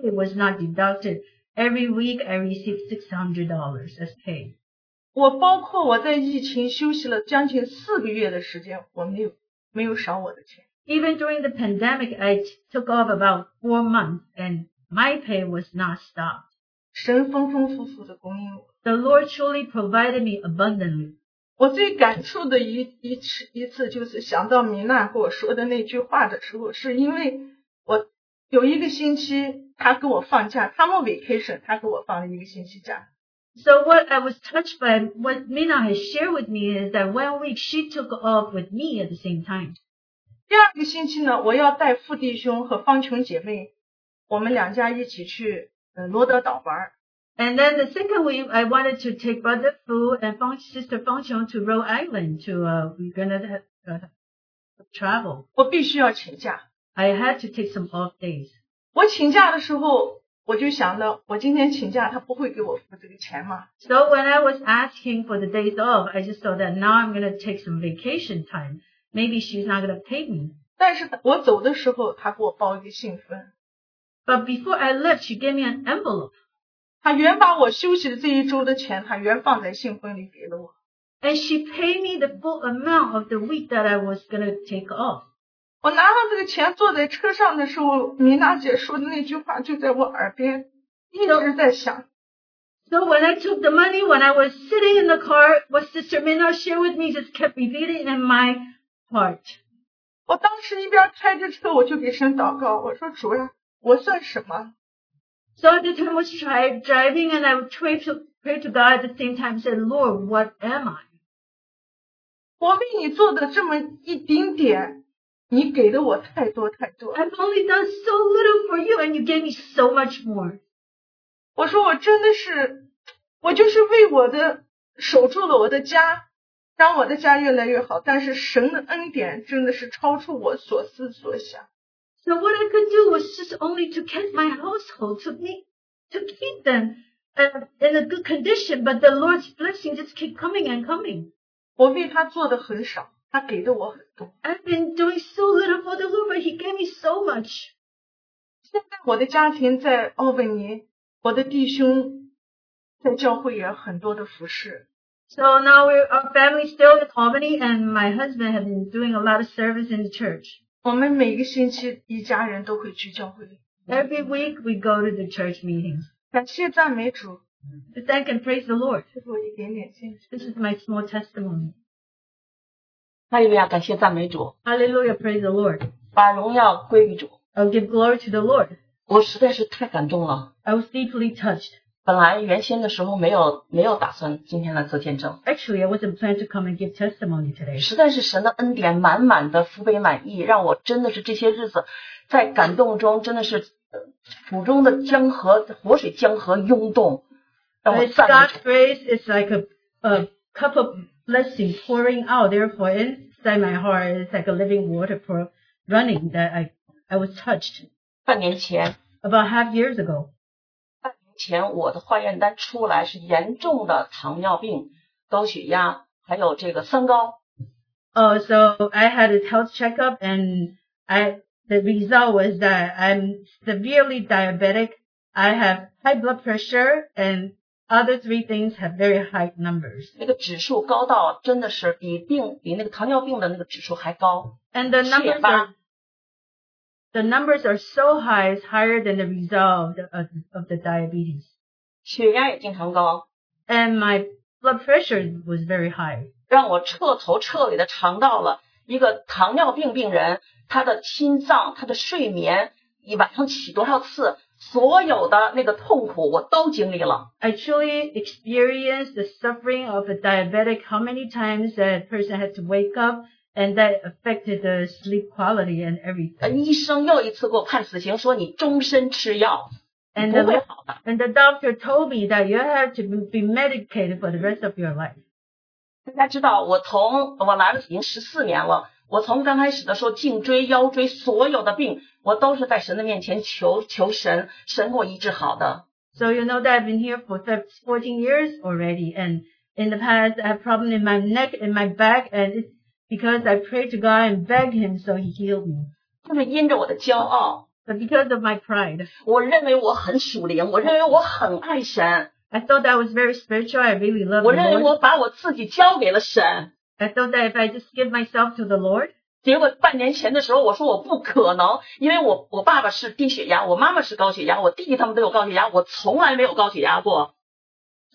pay was not deducted. Every week I received six hundred dollars as pay. 我包括我在疫情休息了将近四个月的时间，我没有没有少我的钱。 Even during the pandemic, I t- took off about four months, and my pay was not stopped. 神丰丰富富的供应我。 The Lord truly provided me abundantly. 我最感触的一一次一次，就是想到米娜跟我说的那句话的时候，是因为我有一个星期，她给我放假，他们 vacation，她给我放了一个星期假。 So what I was touched by, what Mina has shared with me is that one week she took off with me at the same time. 第二个星期呢，我要带傅弟兄和方琼姐妹，我们两家一起去呃罗德岛玩儿。 And then the second week, I wanted to take Brother Fu and Feng, Sister Feng Chong to Rhode Island to, uh, we're gonna have, uh, travel. 我必须要请假。 I had to take some off days. 我请假的时候，我就想到，我今天请假，他不会给我付这个钱嘛？ So when I was asking for the days off, I just thought that now I'm gonna take some vacation time. Maybe she's not gonna pay me. 但是我走的时候，他给我报一个信封， But before I left, she gave me an envelope, 他原把我休息的这一周的钱，他原放在信封里给了我。 and she paid me the full amount of the week that I was gonna take off. 我拿到这个钱，坐在车上的时候，米娜姐说的那句话就在我耳边，一直在响。 So when I took the money, when I was sitting in the car, what Sister Minna shared with me just kept repeating in my heart. 我当时一边开着车，我就给神祷告，我说主呀，我算什么？ So at the time I was tri- driving and I would pray to, pray to God at the same time, said, Lord, what am I? 我为你做的这么一丁点，你给的我太多太多。 I've only done so little for you and you gave me so much more. 我说我真的是，我就是为我的守住了我的家，让我的家越来越好。但是神的恩典真的是超出我所思所想。 So what I could do was just only to keep my household, to me, to keep them uh, in a good condition, but the Lord's blessing just keep coming and coming. 我为他做的很少，他给的我很多。 I've been doing so little for the Lord, but He gave me so much. 现在我的家庭在奥本尼，我的弟兄在教会也很多的服侍。 So now we're, our family's still in Albany and my husband has been doing a lot of service in the church. 我们每个星期一家人都会去教会， Every week we go to the church meetings. 感谢赞美主， To thank and praise the Lord. 这是我一点点见证。 This is my small testimony. 哈利路亚，感谢赞美主， Hallelujah, praise the Lord. 把荣耀归于主。 I'll give glory to the Lord. 我实在是太感动了。 I was deeply touched. 本来原先的时候没有没有打算今天来做见证， Actually, I wasn't planning to come and give testimony today. 实在是神的恩典满满的福杯满溢，让我真的是这些日子在感动中真的是呃腹中的江河活水江河涌动，让我 But 赞美 God's 主。 grace is like a, a cup of blessing pouring out. Therefore, inside my heart is like a living water pour running that I, I was touched 半年前 about half years ago. 前我的化验单出来是严重的糖尿病、高血压，还有这个三高。 Oh, so I had a health checkup and I, the result was that I'm severely diabetic. I have high blood pressure and other three things have very high numbers. 那个指数高到真的是比病比那个糖尿病的那个指数还高， And the numbers are, the numbers are so high, it's higher than the result of the, of, of the diabetes. 血压也经常高， And my blood pressure was very high. 让我彻头彻尾的尝到了一个糖尿病病人他的心脏、他的睡眠，一晚上起多少次，所有的那个痛苦我都经历了。 I truly experienced the suffering of a diabetic, how many times that person had to wake up, and that affected the sleep quality and 呃， everything. 医生又一次给我判死刑，说你终身吃药， And 不会 the, 好的。 and the doctor told me that you have to be medicated for the rest of your life. 大家知道，我从我来了已经十四年了。我从刚开始的时候，颈椎、腰椎所有的病，我都是在神的面前求求神，神给我医治好的。 So you know that I've been here for 13 14 years already, and in the past I had problem in my neck and my back, and it's because I prayed to God and begged Him, so He healed me. 就是因着我的骄傲， But because of my pride, 我认为我很属灵，我认为我很爱神， I thought that I was very spiritual. I really loved 我 the 认为 Lord. 我把我自己交给了神。 I thought that if I just give myself to the Lord, 结果半年前的时候，我说我不可能，因为我我爸爸是低血压，我妈妈是高血压，我弟弟他们都有高血压，我从来没有高血压过。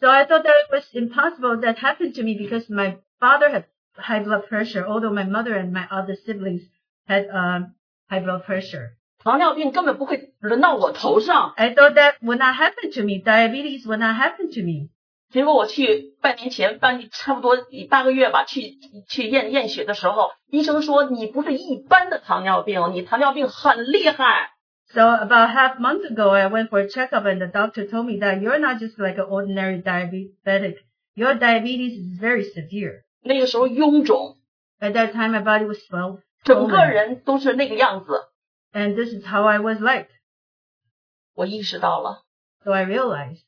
so I thought that it was impossible that happened to me because my father had high blood pressure, although my mother and my other siblings had um, high blood pressure. 糖尿病根本不会轮到我头上， I thought that would not happen to me. Diabetes would not happen to me. 结果我去半年前，半差不多八个月吧，去去验验血的时候，医生说你不是一般的糖尿病，你糖尿病很厉害。 So about half month ago, I went for a checkup and the doctor told me that you're not just like an ordinary diabetic. Your diabetes is very severe. 那个时候臃肿， At that time, my body was swelled, 整个 swollen, 人都是那个样子。 and this is how I was like. 我意识到了， So I realized.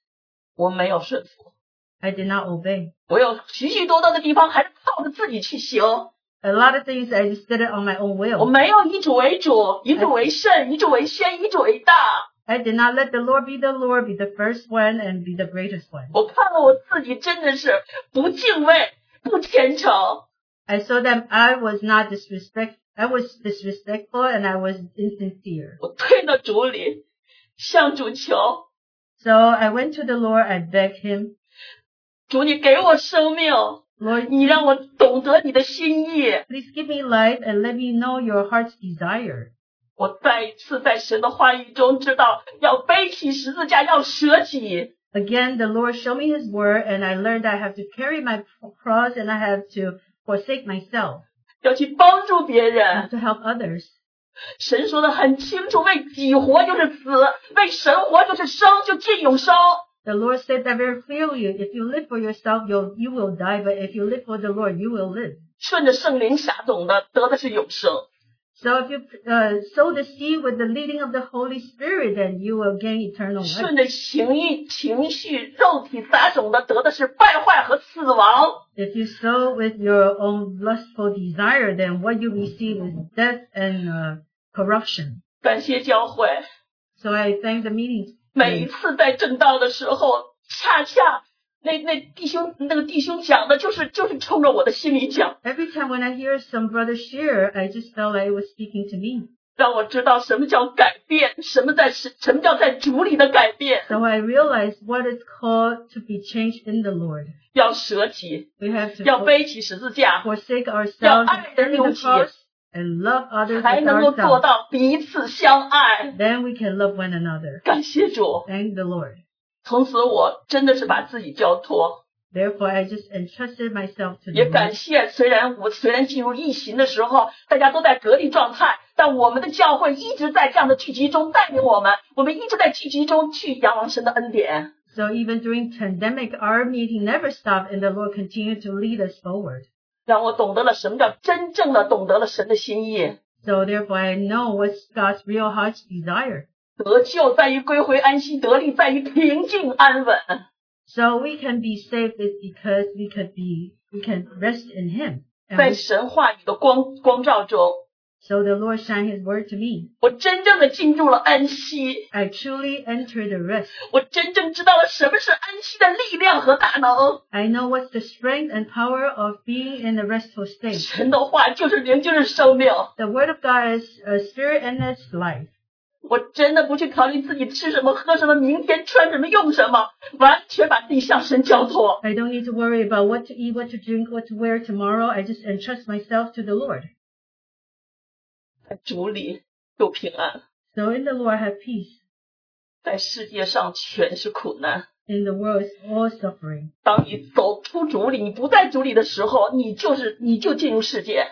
我没有顺服， I did not obey. 我有许许多多的地方还是靠着自己去行， A lot of things I just did it on my own 我 will. 没有以主为主，以主为圣，以主为先，以主为大。 I did not let the Lord be the Lord, be the first one, and be the greatest one. 我看了我自己真的是不敬畏、不虔诚， I saw that I was not disrespect. I was disrespectful and I was insincere. 我退到主里，向主求， So I went to the Lord. I begged Him, 主你给我生命， Lord, 你让我懂得你的心意。 please give me life and let me know Your heart's desire. 我再一次在神的话语中知道要背起十字架，要舍己。 Again, the Lord showed me His word, and I learned I have to carry my cross and I have to forsake myself 要去帮助别人， and to help others. 神说的很清楚，为己活就是死，为神活就是生，就进永生。 The Lord said that very clearly. If you live for yourself, you'll, you will die, but if you live for the Lord, you will live. 顺着圣灵撒种的，得的是永生。 So if you uh, sow the seed with the leading of the Holy Spirit, then you will gain eternal life. 顺着情欲、情绪、肉体撒种的，得的是败坏和死亡。 If you sow with your own lustful desire, then what you receive is death and uh, corruption. 感谢教会， So I thank the meetings. 每一次在正道的时候，恰恰那那弟兄那个弟兄讲的，就是就是冲着我的心里讲， Every time when I hear some brother share, I just felt like it was speaking to me. 让我知道什么叫改变，什么在什什么叫在主里的改变， So I realized what it's called to be changed in the Lord. 要舍己， We have to 要背起十字架， forsake ourselves, Yeah, I- carry the don't cross, and love others 才 with 能够做 ourselves. 到彼此相爱。 Then we can love one another. 感谢主， Thank the Lord. 从此我真的是把自己交托。 Therefore, I just entrusted myself to the 也感 Lord. 谢，虽然我虽然进入疫情的时候，大家都在隔离状态，但我们的教会一直在这样的聚集中带领我们，我们一直在聚集中去仰望神的恩典。 So even during pandemic, our meeting never stopped, and the Lord continued to lead us forward. 让我懂得了什么叫真正的懂得了神的心意， So therefore, I know what's God's real heart's desire. 得救在于归回安息，得力在于平静安稳。 So we can be saved is because we could be, we can rest in Him. And 在 we, 神话语的光光照中， so the Lord shined His word to me. 我真正的进入了安息， I truly enter the rest. 我真正知道了什么是安息的力量和大能。 I know what's the strength and power of being in the restful state. 神的话就是灵，就是生命。 The Word of God is a spirit and it's life. 我真的不去考虑自己吃什么、喝什么、明天穿什么、用什么，完全把自己向神交托。 I don't need to worry about what to eat, what to drink, what to wear tomorrow. I just entrust myself to the Lord. 在主里有平安， So in the Lord I have peace. 在世界上全是苦难。 In the world is all suffering. 当你走出主里，你不在主里的时候，你就是你就进入世界，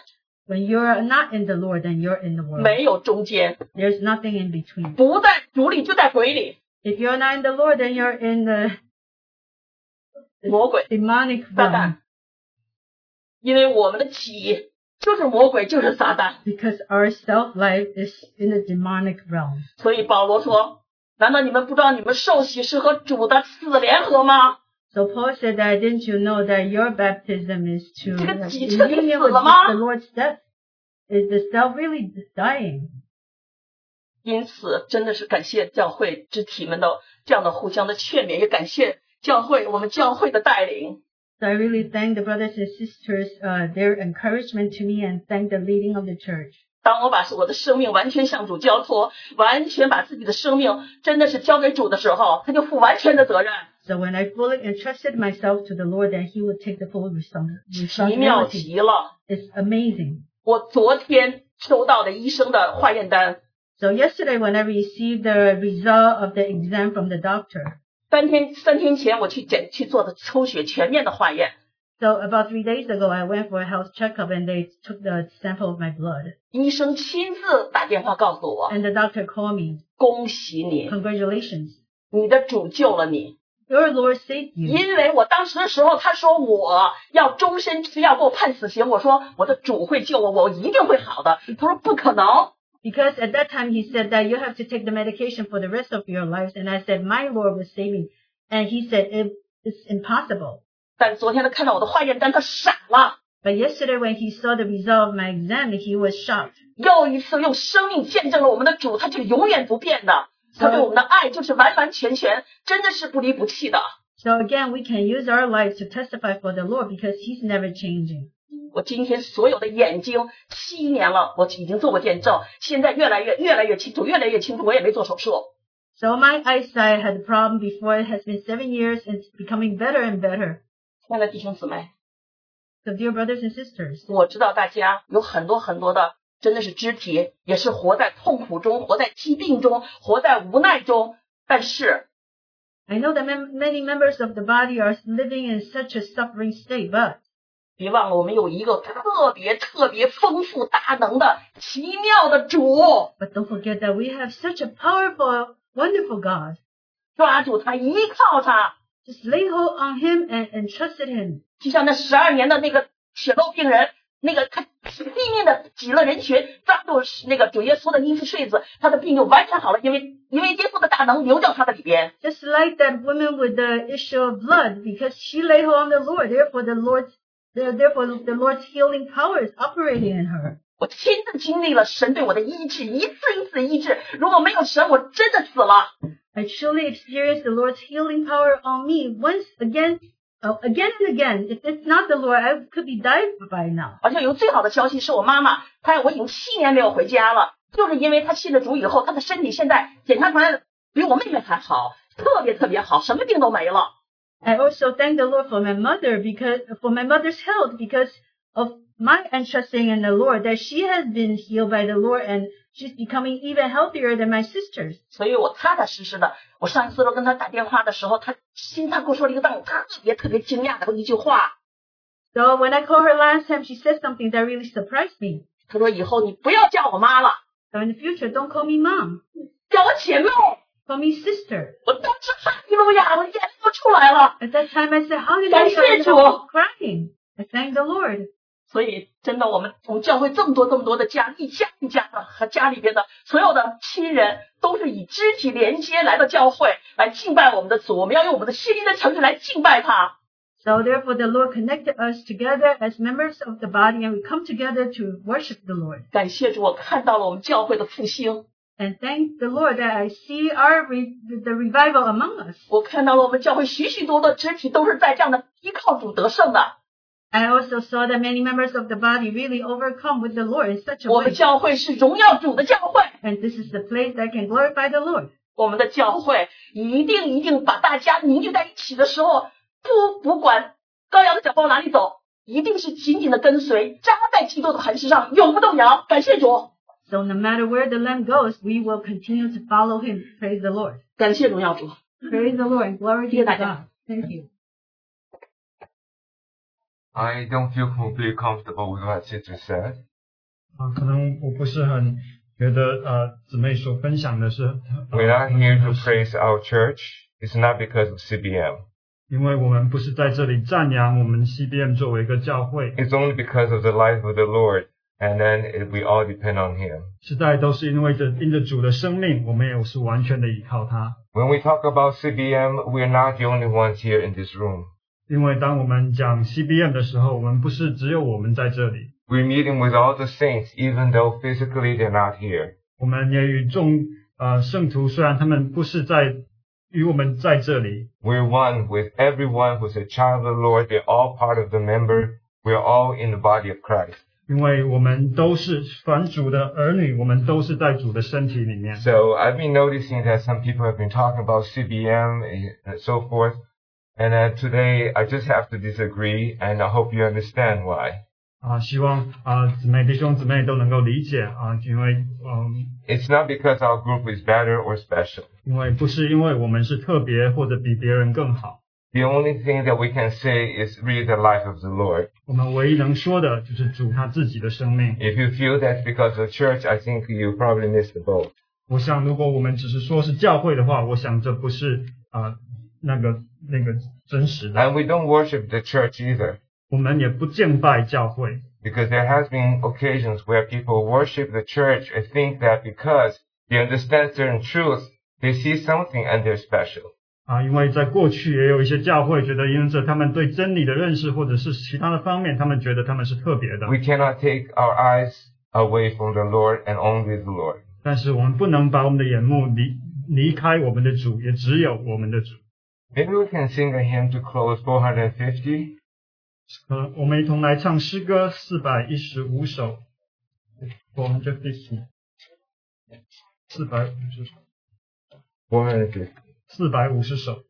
When you're not in the Lord, then you're in the world. 没有中间，嗯 There's nothing in between. 不在主里就在鬼里， If you're not in the Lord, then you're in the 魔鬼 demonic 撒旦 realm。因为我们的己就是魔鬼，就是撒旦。 because our self life is in the demonic realm. 所以保罗说：“难道你们不知道你们受洗是和主的死联合吗？” So Paul said that didn't you know that your baptism is *laughs* to 这个 in 几次 union with 死了吗？ the Lord's death? Is the self really dying? 因此，真的是感谢教会肢体们的这样的互相的劝勉，也感谢教会我们教会的带领。 So I really thank the brothers and sisters uh, their encouragement to me and thank the leading of the church. 当我把我的生命完全向主交托，完全把自己的生命真的是交给主的时候，他就负完全的责任。 So when I fully entrusted myself to the Lord, then He would take the full respons- 奇妙 responsibility. 极了！ It's amazing. 我昨天收到的医生的化验单， So yesterday, when I received the result of the exam from the doctor, 三天三天前我去检去做的抽血全面的化验， So about three days ago, I went for a health checkup and they took the sample of my blood. 医生亲自打电话告诉我 And the doctor called me, 恭喜你， congratulations, 你的主救了你。 your Lord saved you. 因为我当时的时候，他说我要终身吃药，给我判死刑。我说我的主会救我，我一定会好的。他说不可能， Because at that time he said that you have to take the medication for the rest of your lives. And I said, my Lord will save me. And he said, it, it's impossible. 但昨天他看到我的化验单，他傻了， But yesterday when he saw the result of my exam, he was shocked. 又一次用生命见证了我们的主，他是永远不变的。他对我们的爱就是完完全全，真的是不离不弃的。 So again, we can use our lives to testify for the Lord because He's never changing. 我今天所有的眼睛，七年了，我已经做过见证，现在越来越越来越清楚，越来越清楚。我也没做手术， So my eyesight had a problem before. It has been seven years and it's becoming better and better. 亲爱的弟兄姊妹， So dear brothers and sisters, 我知道大家有很多很多的，真的是肢体也是活在痛苦中，活在疾病中，活在无奈中。但是 I know that mem- many members of the body are living in such a suffering state, but 别忘了，我们有一个特别特别丰富大能的奇妙的主， but don't forget that we have such a powerful, wonderful God. 抓住他，依靠他， Just lay hold on Him and, and trust in Him. 就像那十二年的那个血漏病人，那个他拼命的挤了人群，抓住那个主耶稣的衣服穗子，他的病就完全好了，因为因为耶稣的大能流到他的里边。 Just like that woman with the issue of blood, because she laid hold on the Lord, therefore the Lord's there- therefore the Lord's healing power is operating in her. 我亲自经历了神对我的医治，一次一次医治。如果没有神，我真的死了。 I truly experienced the Lord's healing power on me once again, uh, again and again. If it's not the Lord, I could be died by now. 而且有最好的消息是我妈妈，她我已经七年没有回家了，就是因为她信了主以后，她的身体现在检查出来比我妹妹还好，特别特别好，什么病都没了。 I also thank the Lord for my mother because for my mother's health because of my entrusting in the Lord that she has been healed by the Lord and she's becoming even healthier than my sisters. 所以我踏踏实实的。我上一次都跟他打电话的时候，他心他跟我说了一个让我特别特别惊讶的一句话， So when I called her last time, she said something that really surprised me. 他说：“以后你不要叫我妈了， So in the future, don't call me mom, 叫我姐妹。 call me sister. ”我当时哈利路亚，我眼泪都出来了。 At that time, I said, Hallelujah! Thank you, I was Lord. crying. I thank the Lord. 所以真的，我们我们教会这么多这么多的家，一家一家的和家里边的所有的亲人，都是以肢体连接来到教会，来敬拜我们的主。我们要用我们的心灵的诚实来敬拜他。 So therefore, the Lord connected us together as members of the body, and we come together to worship the Lord. 感谢主，我看到了我们教会的复兴， And thank the Lord that I see our re- the revival among us. 我看到了我们教会许许多多肢体都是在这样的依靠主得胜的。 I also saw that many members of the body really overcome with the Lord in such a 我们 way. 教会是荣耀主的教会， And this is the place that can glorify the Lord. 我们的教会一定一定把大家凝聚在一起的时候，不不管羔羊的脚往哪里走，一定是紧紧的跟随，扎在基督的磐石上，永不动摇。感谢主， So no matter where the lamb goes, we will continue to follow him. Praise the Lord. 感谢荣耀主。 Praise the Lord. Glory to Yes, I God. Thank you. I don't feel completely comfortable with what Sister said. 啊，可能我不是很觉得呃，姊妹所分享的是，呃 We're not here 很 to 合适 praise our church. It's not because of CBM. 因为我们不是在这里赞扬我们 CBM 作为一个教会， It's only because of the life of the Lord, and then it, we all depend on Him. 实在都是因为着因着主的生命，我们也是完全的依靠他。 When we talk about CBM, we're not the only ones here in this room. 因为当我们讲 CBM 的时候，我们不是只有我们在这里， We're meeting with all the saints, even though physically they're not here. 我们也与众呃圣徒，虽然他们不是在呃与我们在这里， We're one with everyone who's a child of the Lord. They're all part of the member. We're all in the body of Christ. 因为我们都是凡主的儿女，我们都是在主的身体里面。 So I've been noticing that some people have been talking about CBM and- and so forth. And uh, today I just have to disagree, and I hope you understand why. 啊，希望啊姊妹弟兄姊妹都能够理解啊，因为嗯， It's not because our group is better or special. 因为不是因为我们是特别或者比别人更好， The only thing that we can say is read the life of the Lord. 我们唯一能说的就是主他自己的生命。 If you feel that's because of church, I think you probably missed the boat. 我想，如果我们只是说是教会的话，我想这不是啊、那个那个真实的， And we don't worship the church either, 我们也不敬拜教会， because there has been occasions where people worship the church and think that because they understand certain truths, they see something and they're special. 啊，因为在过去也有一些教会觉得，因着他们对真理的认识，或者是其他的方面，他们觉得他们是特别的。 We cannot take our eyes away from the Lord and only the Lord. 但是我们不能把我们的眼目离离开我们的主，也只有我们的主。 Maybe we can sing a hymn to close 450. 呃，我们一同来唱诗歌四百一十五首，four hundred fifty，四百五十首， 450. 四百五十首。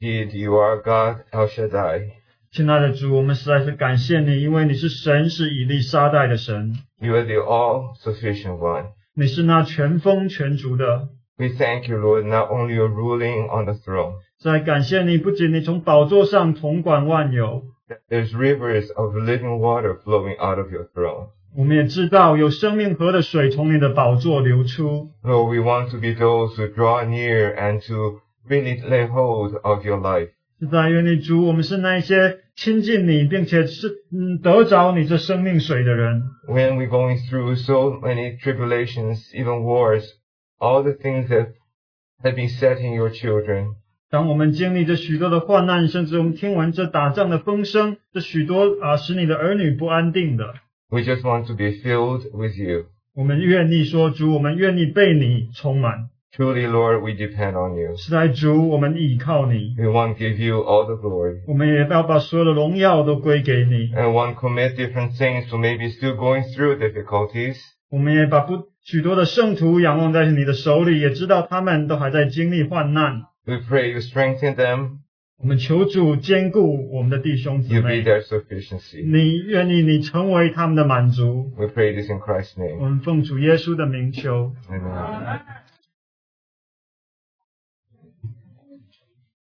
Indeed, you are God, El Shaddai. 亲爱的主，我们实在是感谢你，因为你是神，是以利沙代的神， You are the all-sufficient one. 你是那全丰全足的。 We thank you, Lord, not only you're ruling on the throne, 在感谢你，不仅你从宝座上统管万有， that there's rivers of living water flowing out of your throne. 我们也知道有生命河的水从你的宝座流出。 Lord, we want to be those who draw near and to really lay hold of your life. 是在愿你主，我们是那一些亲近你，并且是嗯得着你这生命水的人。 When we're going through so many tribulations, even wars, all the things that have been setting your children, 当我们经历着许多的患难，甚至我们听闻这打仗的风声，这许多啊使你的儿女不安定的， we just want to be filled with you. 我们愿意说主，我们愿意被你充满。 Truly, Lord, we depend on you. 是在主，我们倚靠你， We want to give you all the glory. 我们也要把所有的荣耀都归给你。 And one commit different things who may be still going through difficulties. 我们也把不许多的圣徒仰望在你的手里，也知道他们都还在经历患难。 We pray you strengthen them. 我们求主兼顾我们的弟兄姊 You be 妹， their sufficiency. 你愿意你成为他们的满足。 We pray this in Christ's 我 name. 们奉主耶稣的名求， Amen.